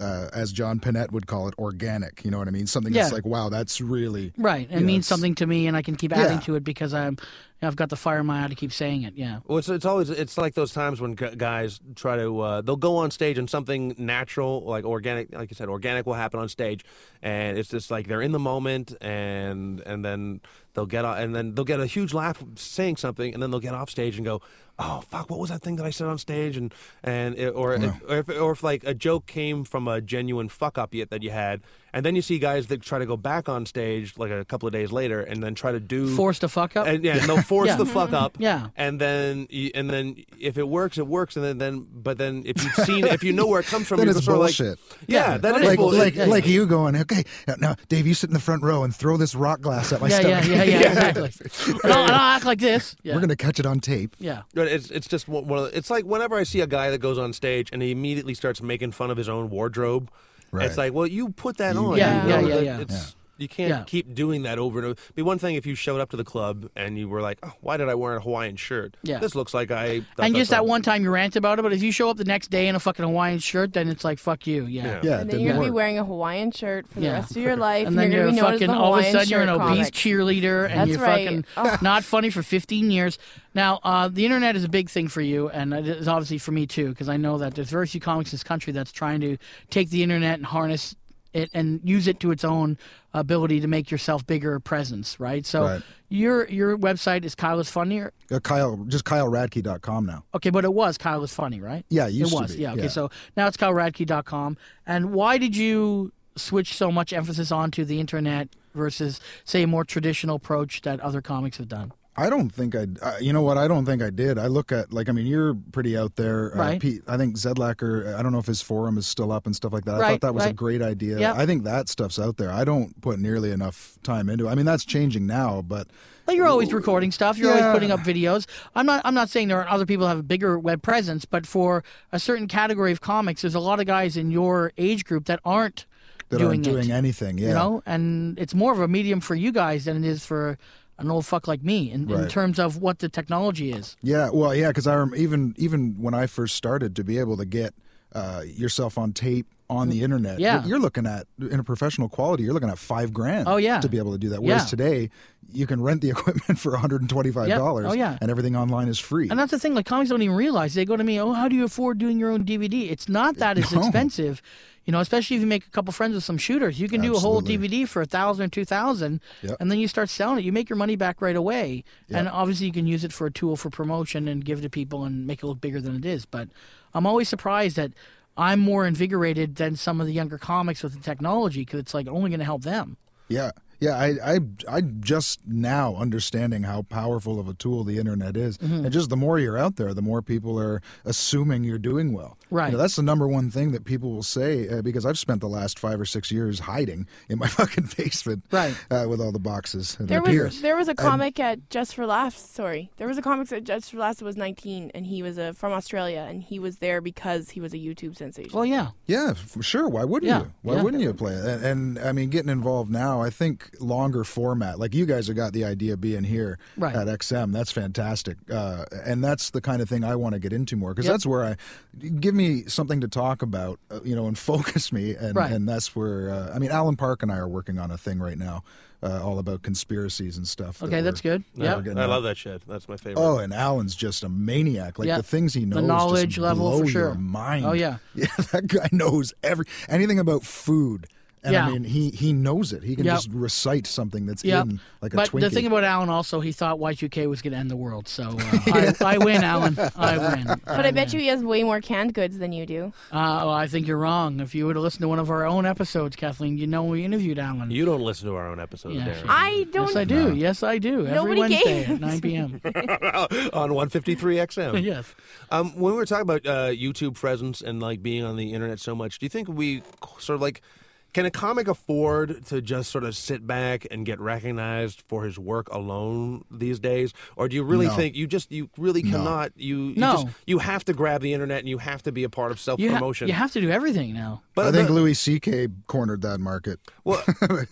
G: uh, as John Panette would call it, organic. You know what I mean? Something that's
D: Yeah.
G: like, wow, that's really
D: Right. It
G: Yeah,
D: means
G: it's-
D: something to me, and I can keep adding
G: Yeah.
D: to it because I'm, I've got the fire in my eye to keep saying it. Yeah.
C: Well, it's, it's always it's like those times when gu guys try to uh, they'll go on stage and something natural like organic like you said organic will happen on stage and it's just like they're in the moment and and then they'll get o- and then they'll get a huge laugh saying something and then they'll get off stage and go oh fuck what was that thing that I said on stage and and it, or, if, or if or if like a joke came from a genuine fuck up yet that you had and then you see guys that try to go back on stage like a couple of days later and then try to do
D: Forced to fuck up.
C: and yeah, and they'll force
D: Yeah.
C: the fuck up.
D: Yeah.
C: and then y- and then if it works, it works. And then, then but then if you've seen if you know where it comes from,
G: Then
C: you're
G: it's
C: sort of
G: bullshit.
C: Like, yeah, that is
G: like
C: bullshit.
G: like like you going okay now- now Dave you sit in the front row and throw this rock glass at my
D: yeah, yeah,
G: stomach.
D: yeah, yeah, exactly. and, I'll, and I'll act like this. Yeah.
G: We're gonna catch it on tape.
D: yeah.
C: But it's it's just one one of the, it's like whenever I see a guy that goes on stage and he immediately starts making fun of his own wardrobe,
G: Right.
C: it's like, well, you put that on.
D: Yeah,
C: you
D: yeah,
C: know
D: yeah,
C: that
D: yeah.
C: It's
H: you can't
D: Yeah.
H: keep doing that over and over. It'd be one thing if you showed up to the club and you were like, oh, why did I wear a Hawaiian shirt?
D: Yeah.
H: This looks like I. dot, dot,
D: and just that
H: dot."
D: one time you rant about it, but if you show up the next day in a fucking Hawaiian shirt, then it's like fuck you. Yeah.
H: Yeah.
G: Yeah, it
E: And then
G: didn't
E: you're gonna be
G: work.
E: wearing a Hawaiian shirt for the
D: Yeah.
E: rest of your life,
D: And then
E: you're, gonna
D: you're,
E: be known as
D: fucking
E: the
D: all of a
E: Hawaiian
D: sudden you're an
E: shirt
D: obese
E: comic.
D: cheerleader and
E: That's
D: you're
E: right.
D: fucking
E: Ugh.
D: not funny for 15 years. Now, uh, the internet is a big thing for you, and it is obviously for me too, because I know that there's very few comics in this country that's trying to take the internet and harness it and use it to its own ability to make yourself bigger presence, right? So
G: Right.
D: your your website is Kyle is funny, or
G: Uh, Kyle, just KyleRadke.com now.
D: Okay, but it was Kyle was funny, right?
G: Yeah, it used
D: it
G: to
D: was.
G: be,
D: Yeah, okay.
G: yeah.
D: So now it's KyleRadke.com. And why did you switch so much emphasis onto the internet versus, say, a more traditional approach that other comics have done?
G: I don't think I. Uh, you know what? I don't think I did. I look at like I mean, you're pretty out there, uh,
D: Right.
G: Pete. I think Zedlacker. I don't know if his forum is still up and stuff like that. I
D: Right,
G: thought that was a
D: right.
G: great idea.
D: Yep.
G: I think that stuff's out there. I don't put nearly enough time into. it. I mean, that's changing now, but
D: Well, you're always recording stuff. You're
G: Yeah.
D: always putting up videos. I'm not. I'm not saying there aren't other people who have a bigger web presence, but for a certain category of comics, there's a lot of guys in your age group that aren't
G: that
D: doing
G: aren't
D: it.
G: doing anything. Yeah,
D: you know and it's more of a medium for you guys than it is for an old fuck like me in, in
G: Right.
D: terms of what the technology is
G: Yeah, well, yeah, because I rem- even even when I first started to be able to get uh, yourself on tape on the internet,
D: Yeah.
G: you're- you're looking at in a professional quality, you're looking at five grand.
D: Oh, yeah.
G: to be able to do that. Whereas
D: Yeah.
G: today, you can rent the equipment for 125 dollars.
D: Yep. Oh, yeah.
G: and everything online is free.
D: and that's the thing like comics don't even realize they go to me oh how do you afford doing your own dvd it's not that it's expensive you know especially if you make a couple friends with some shooters you can do a whole dvd for a thousand or two thousand
G: Yep.
D: and then you start selling it you make your money back right away and obviously you can use it for a tool for promotion and give to people and make it look bigger than it is but i'm always surprised that i'm more invigorated than some of the younger comics with the technology because it's like only going to help them
G: Yeah, yeah. I, I, I'm just now understanding how powerful of a tool the internet is,
D: Mm-hmm.
G: and just the more you're out there, the more people are assuming you're doing well. You
D: Right.
G: know, that's the number one thing that people will say uh, because I've spent the last five or six years hiding in my fucking basement,
D: Right.
G: uh, with all the boxes. And
E: There
G: the
E: was there was a comic at Just for Laughs. Sorry, there was a comic at Just for Laughs that was 19, and he was a, from Australia, and he was there because he was a YouTube sensation.
D: well yeah
G: Yeah, f- sure. Why wouldn't
D: Yeah,
G: you? Why
D: yeah.
G: wouldn't you play it? And, and I mean, getting involved now, I think longer format, like you guys have got the idea of being here
D: Right.
G: at XM. That's fantastic. Uh, and that's the kind of thing I want to get into more because that's where I give me something to talk about, uh, you know, and focus me. And,
D: Right.
G: and that's where, uh, I mean, Alan Park and I are working on a thing right now uh, all about conspiracies and stuff. that
D: Okay, that's
G: we're-
D: good.
G: that
D: Yeah.
G: we're getting
H: I
G: at.
H: love that shit. That's my favorite.
G: Oh, and Alan's just a maniac. Like
D: Yeah.
G: the things he
D: The
G: knows,
D: knowledge
G: just
D: level,
G: blow
D: for sure.
G: Your mind.
D: Oh, yeah.
G: yeah. That guy knows every anything about food. And
D: Yeah.
G: I mean, he he knows it. He can
D: Yep.
G: just recite something that's
D: Yep.
G: in like a
D: but
G: Twinkie.
D: the thing about Alan also, he thought Y2K was going to end the world. So uh, I, I win, Alan. I win.
E: but I bet you he has way more canned goods than you do.
D: Uh, well, I think you're wrong. If you would have listened to one of our own episodes, Kathleen, you know we interviewed Alan.
H: You don't listen to our own episode,
D: Yeah,
H: of
D: she-
H: Darren.
E: I don't.
D: yes, I do. Yes, I do. Every
E: Nobody
D: Wednesday
E: gave.
D: at 9 p.m.
H: on 153 XM.
D: yes.
H: Um, when we were talking about uh, YouTube presence and like being on the internet so much, do you think we sort of like can a comic afford to just sort of sit back and get recognized for his work alone these days, or do you really
G: No.
H: think you just you really cannot you you,
D: No.
H: just, you have to grab the internet and you have to be a part of self
D: You, ha-
H: promotion?
D: you have to do everything now.
H: but
G: I think
H: the-
G: Louis C.K. cornered that market.
H: well,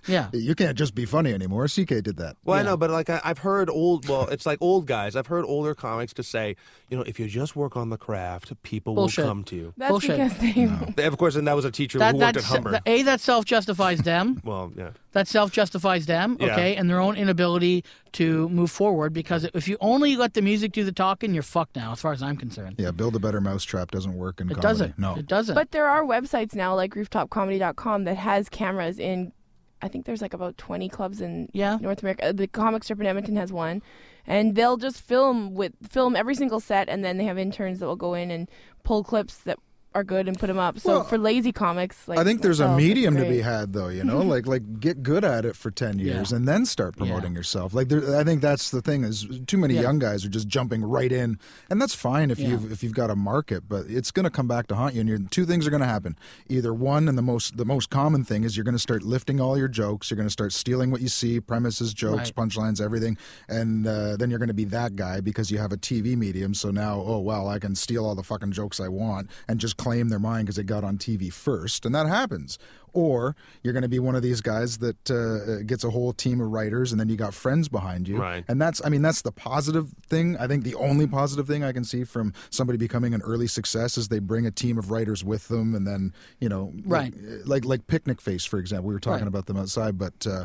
D: Yeah.
G: You can't just be funny anymore. C.K. did that.
H: Well, I know, but like I, I've heard old. Well, it's like old guys. I've heard older comics to say, you know, if you just work on the craft, people
D: Bullshit.
H: will come to you.
E: That's
D: Bullshit.
E: because they.
H: They- Of course, and that was a teacher
D: That,
H: who worked at
D: that's,
H: Humber.
D: that- A, that self justifies them.
H: well, yeah.
D: that self justifies them,
H: Yeah.
D: okay, and their own inability to move forward because if you only let the music do the talking, you're fucked now, as far as I'm concerned.
G: Yeah, build a better mousetrap doesn't work in
D: It
G: comedy.
D: doesn't.
G: No,
D: It doesn't.
E: But there are websites now like rooftopcomedy.com that has cameras in I think there's like about 20 clubs in
D: Yeah.
E: North America. Uh, The comic strip in Edmonton has one. And they'll just film with film every single set and then they have interns that will go in and pull clips that are good and put them up. So
G: Well,
E: for lazy comics like
G: I think
D: oh,
G: there's a
E: myself, it's
G: medium to
E: great.
G: be had, though. You know, like like get good at it for ten years
D: Yeah.
G: and then start promoting yourself. Like there, I think that's the thing is too many young guys are just jumping right in, and that's fine if you've if you've got a market, but it's going to come back to haunt you. And you're, two things are going to happen: either one, and the most the most common thing is you're going to start lifting all your jokes, you're going to start stealing what you see, premises, jokes,
D: Right.
G: punchlines, everything, and uh, then you're going to be that guy because you have a TV medium. So now, oh well, I can steal all the fucking jokes I want and just claim their mind because it got on TV first, and that happens. Or you're going to be one of these guys that uh, gets a whole team of writers, and then you got friends behind you,
C: Right.
G: and that's, I mean, that's the positive thing. I think the only positive thing I can see from somebody becoming an early success is they bring a team of writers with them, and then you know,
D: Right.
G: like, like like Picnic Face, for example. We were talking
D: Right.
G: about them outside, but uh,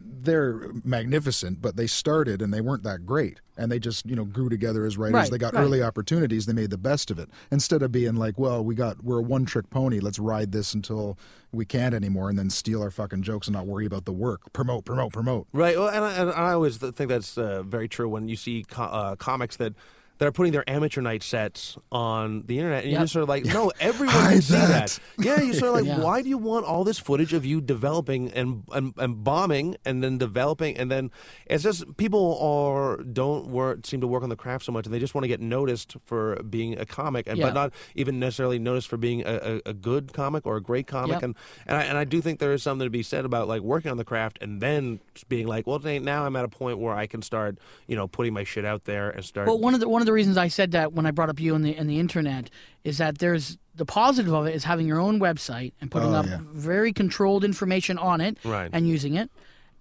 G: they're magnificent. But they started and they weren't that great, and they just you know grew together as writers.
D: Right,
G: they got
D: right.
G: early opportunities. They made the best of it instead of being like, well, we got we're a one trick pony. Let's ride this until we can't anymore, and then steal our fucking jokes and not worry about the work. Promote, promote, promote.
C: Right. Well, and I, and I always th- think that's uh, very true when you see co- uh, comics that. That are putting their amateur night sets on the internet, and
D: Yep.
C: you're just sort of like, no, everyone can
G: Hide
C: see that. Yeah, you're sort of like,
D: Yeah.
C: why do you want all this footage of you developing and, and and bombing, and then developing, and then it's just people are don't work seem to work on the craft so much, and they just want to get noticed for being a comic, and
D: Yeah.
C: but not even necessarily noticed for being a, a, a good comic or a great comic,
D: Yep.
C: and and I, and I do think there is something to be said about like working on the craft and then being like, well, dang, now I'm at a point where I can start, you know, putting my shit out there and start.
D: Well, one of the one of the reasons I said that when I brought up you and the and the internet is that there's the positive of it is having your own website and putting
G: Oh,
D: up
G: yeah.
D: very controlled information on it
C: Right.
D: and using it.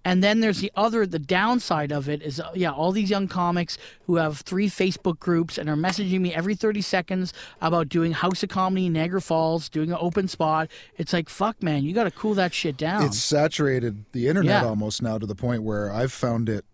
D: And then there's the other the downside of it is uh, yeah, all these young comics who have three Facebook groups and are messaging me every 30 seconds about doing House of Comedy in Niagara Falls, doing an open spot. It's like, fuck man, you got to cool that shit down.
G: It's saturated the internet
D: Yeah.
G: almost now to the point where I've found it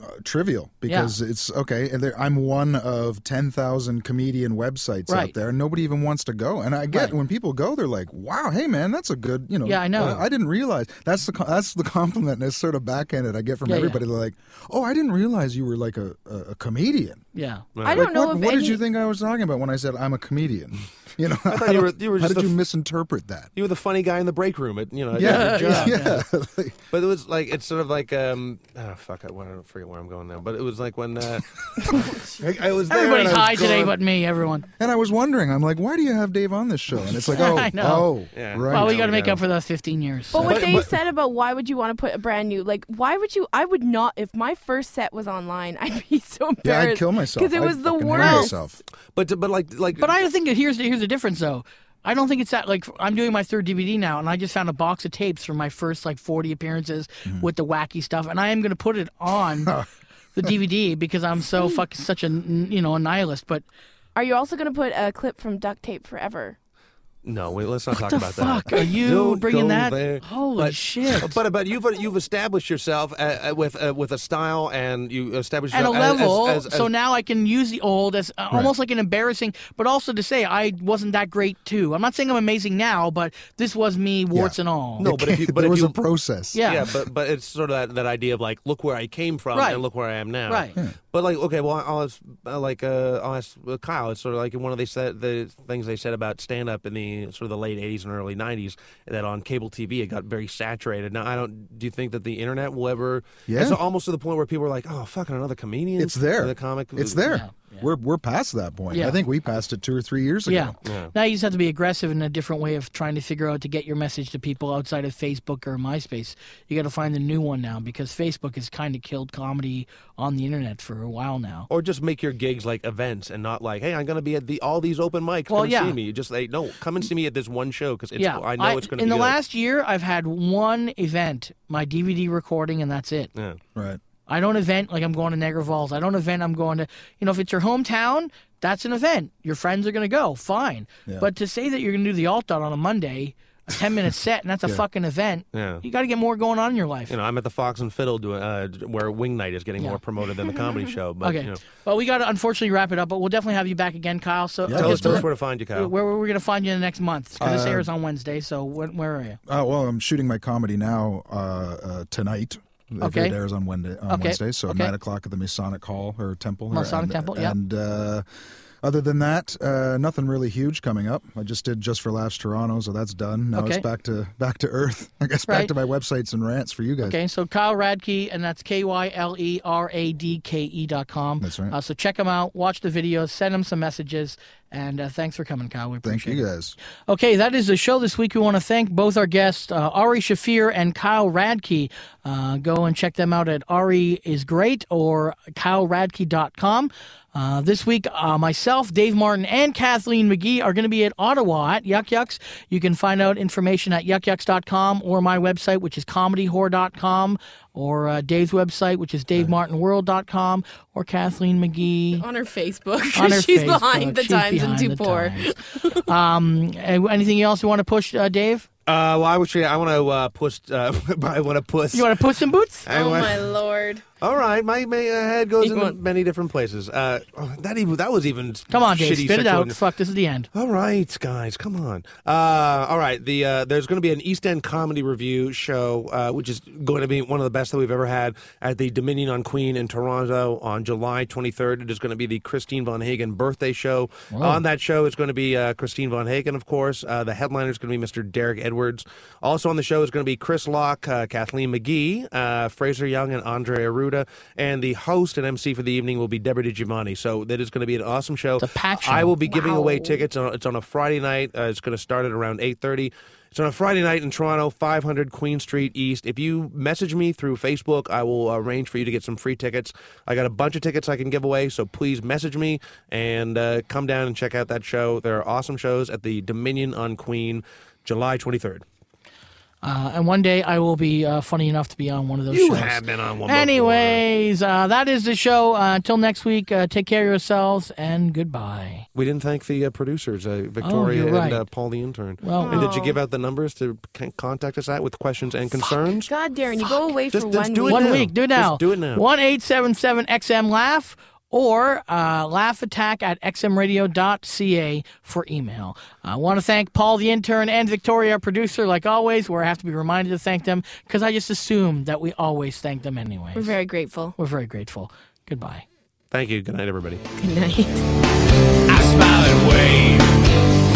G: uh, trivial because it's okay. And there, I'm one of ten thousand comedian websites
D: Right.
G: out there, and nobody even wants to go. And I get
D: Right.
G: when people go, they're like, "Wow, hey man, that's a good," you know.
D: Yeah, I know.
G: I, I didn't realize that's the co- that's the compliment that's sort of backhanded I get from
D: Yeah, yeah.
G: everybody. They're like, "Oh, I didn't realize you were like a a, a comedian."
D: yeah.
E: I don't
G: Like,
E: know
G: what,
E: if
G: what
E: any,
G: did you think I was talking about when I said I'm a comedian? You know, I
C: thought you were- you were
G: how
C: just
G: did
C: a
G: you
C: f-
G: misinterpret that?
C: you were the funny guy in the break room at you know. At
G: Yeah,
C: your job.
G: yeah. Like-
C: But it was like it's sort of like um oh, fuck I, I don't forget where I'm going now. But it was like when uh, I, I was there and
D: Everybody's
C: I was
D: high today
C: going-
D: but me, everyone.
G: And I was wondering, I'm like, why do you have Dave on this show? And it's like, oh,
D: I know.
G: oh,
C: Yeah.
G: right.
D: Well, we
C: now,
D: got to make
C: yeah.
D: up for the 15 years.
E: But
D: so-
E: what they said about why would you want to put a brand new like why would you I would not if my first set was online I'd be so embarrassed
G: yeah, I'd kill myself.
E: because it
G: I'd
E: was the
G: fucking hang
E: worst.
G: myself.
C: But but like like
D: But I think that here's the, here's the difference though. I don't think it's that like I'm doing my third DVD now, and I just found a box of tapes from my first like 40 appearances
C: Mm-hmm.
D: with the wacky stuff, and I am going to put it on the DVD because I'm so fucking such a n- you know a nihilist. But
E: Are you also gonna put a clip from Duct Tape Forever?
C: No, wait, let's not talk
D: the
C: about
D: fuck
C: that.
D: are you
C: Don't
D: bringing
C: go
D: that?
C: there.
D: Holy
C: But-
D: shit.
C: But but you've you've established yourself uh, uh, with uh, with a style and you established
D: at a
C: yourself as-
D: level,
C: as- as-
D: so
C: as-
D: now I can use the old as uh, almost like an embarrassing, but also to say I wasn't that great too. I'm not saying I'm amazing now, but this was me, warts and all.
C: no, but if you but
G: there
C: if
G: was
C: you,
G: a process.
D: Yeah.
C: yeah, but but it's sort of that, that idea of like, look where I came from
D: Right.
C: and look where I am now.
D: Right. Yeah.
C: But like, okay, well, I'll ask, uh, like uh, I'll ask uh, Kyle. It's sort of like one of they said the things they said about stand up in the sort of the late '80s and early '90s that on cable TV it got very saturated. Now I don't. Do you think that the internet will ever?
G: Yeah.
C: It's almost to the point where people are like, oh, fucking another comedian.
G: It's there.
C: The comic.
G: It's there.
D: Yeah, yeah.
G: We're we're past that point.
D: Yeah.
G: I think we passed it two or three years ago.
D: Yeah. Now you just have to be aggressive in a different way of trying to figure out to get your message to people outside of Facebook or MySpace. You got to find the new one now because Facebook has kind of killed comedy on the internet for a while now.
C: Or just make your gigs like events and not like, hey, I'm going to be at the all these open mics.
D: Well,
C: come
D: yeah.
C: see me. You just like, no, come and see me at this one show because
D: yeah,
C: I know it's going to
D: in
C: be
D: the
C: good.
D: last year I've had one event, my DVD recording, and that's it.
C: Yeah.
G: Right.
D: I don't event like I'm going to Niagara Falls. I don't event I'm going to, you know, if it's your hometown, that's an event. Your friends are going to go, fine. But to say that you're going to do the alt on a Monday, a 10 minute set, and that's a fucking event,
C: Yeah.
D: you got to get more going on in your life.
C: you know, I'm at the Fox and Fiddle doing uh, where Wing Night is getting more promoted than the comedy show. But
D: Okay.
C: you know,
D: Well, we got to unfortunately wrap it up, but we'll definitely have you back again, Kyle. So I
C: tell, us,
D: guess
C: tell us
D: where,
C: where to find you, Kyle.
D: where we're going to find you in the next month because this airs on Wednesday. So when, where are you?
G: Uh, well, I'm shooting my comedy now uh, uh, tonight. If
D: Okay.
G: It airs on Wednesday, on
D: Okay.
G: Wednesday so
D: Okay.
G: nine o'clock at the Masonic Hall or Temple. or-
D: Masonic
G: and,
D: Temple, yeah.
G: And uh, other than that, uh, nothing really huge coming up. I just did Just for Laughs Toronto, so that's done. Now
D: Okay.
G: it's back to back to earth. I guess
D: Right.
G: back to my websites and rants for you guys.
D: Okay, so Kyle Radke, and that's K Y L E R A D K E dot com.
G: That's right.
D: Uh, so check him out, watch the videos, send him some messages, And uh, thanks for coming, Kyle. We
G: Thank
D: appreciate
G: you
D: it.
G: guys.
D: Okay, that is the show this week. We want to thank both our guests, uh, Ari Shafir and Kyle Radke. Uh, go and check them out at Ari is Great or KyleRadke.com. Uh, this week, uh, myself, Dave Martin, and Kathleen McGee are going to be at Ottawa at Yuck Yucks. You can find out information at yuckyucks.com or my website, which is comedyhore.com, or uh, Dave's website, which is davemartinworld.com, or Kathleen McGee
E: on her Facebook.
D: on her
E: She's
D: Facebook.
E: behind the
D: She's
E: times and
D: behind
E: too
D: the
E: poor.
D: times. um, and anything else you want to push, uh, Dave?
C: Uh, well, I would say I want to uh, push. Uh, I want to push.
D: You want to push some boots?
C: I
E: Oh
C: wanna-
E: my lord.
C: All right, my, my uh, head goes
E: You
C: in
E: want-
C: many different places. Uh, oh, that even that was even
D: Come on, Dave,
C: shitty
D: spit it
C: sexual-
D: out. Fuck, this is the end.
C: All right, guys, come on. Uh, all right, the uh, there's going to be an East End comedy review show, uh, which is going to be one of the best that we've ever had at the Dominion on Queen in Toronto on July 23rd. It is going to be the Christine Von Hagen birthday show. On that show, it's going to be uh, Christine Von Hagen, of course. Uh, the headliner is going to be Mr. Derek Edwards. Also on the show is going to be Chris Locke, uh, Kathleen McGee, uh, Fraser Young, and Andre Aruda. And the host and MC for the evening will be Deborah DiGiovanni. So that is going to be an awesome show.
D: It's a packed
C: I
D: show.
C: will be giving away tickets. On, it's on a Friday night. Uh, it's going to start at around eight thirty. It's on a Friday night in Toronto, 500 Queen Street East. If you message me through Facebook, I will arrange for you to get some free tickets. I got a bunch of tickets I can give away, so please message me and uh, come down and check out that show. There are awesome shows at the Dominion on Queen, July 23rd.
D: Uh, and one day I will be uh, funny enough to be on one of those
C: You
D: shows.
C: have been on one before.
D: Anyways, uh, that is the show. Uh, until next week, uh, take care of yourselves and goodbye.
C: We didn't thank the uh, producers, uh, Victoria
D: you're right.
C: and uh, Paul the intern.
D: Well-
C: and did you give out the numbers to c- contact us at with questions and concerns?
E: God, Darren, you go away
C: Just-
E: for
C: just
E: one
C: do it
E: week.
D: One
C: now.
D: week, do it
C: Just
D: now.
C: do it now.
D: One eight seven seven XM laugh or uh, laugh attack at xmradio.ca for email. I want to thank Paul the intern and Victoria our producer, like always, where I have to be reminded to thank them because I just assume that we always thank them anyway.
E: We're very grateful.
D: We're very grateful. Goodbye.
C: Thank you. Good night, everybody.
E: Good night.
B: I spotted wave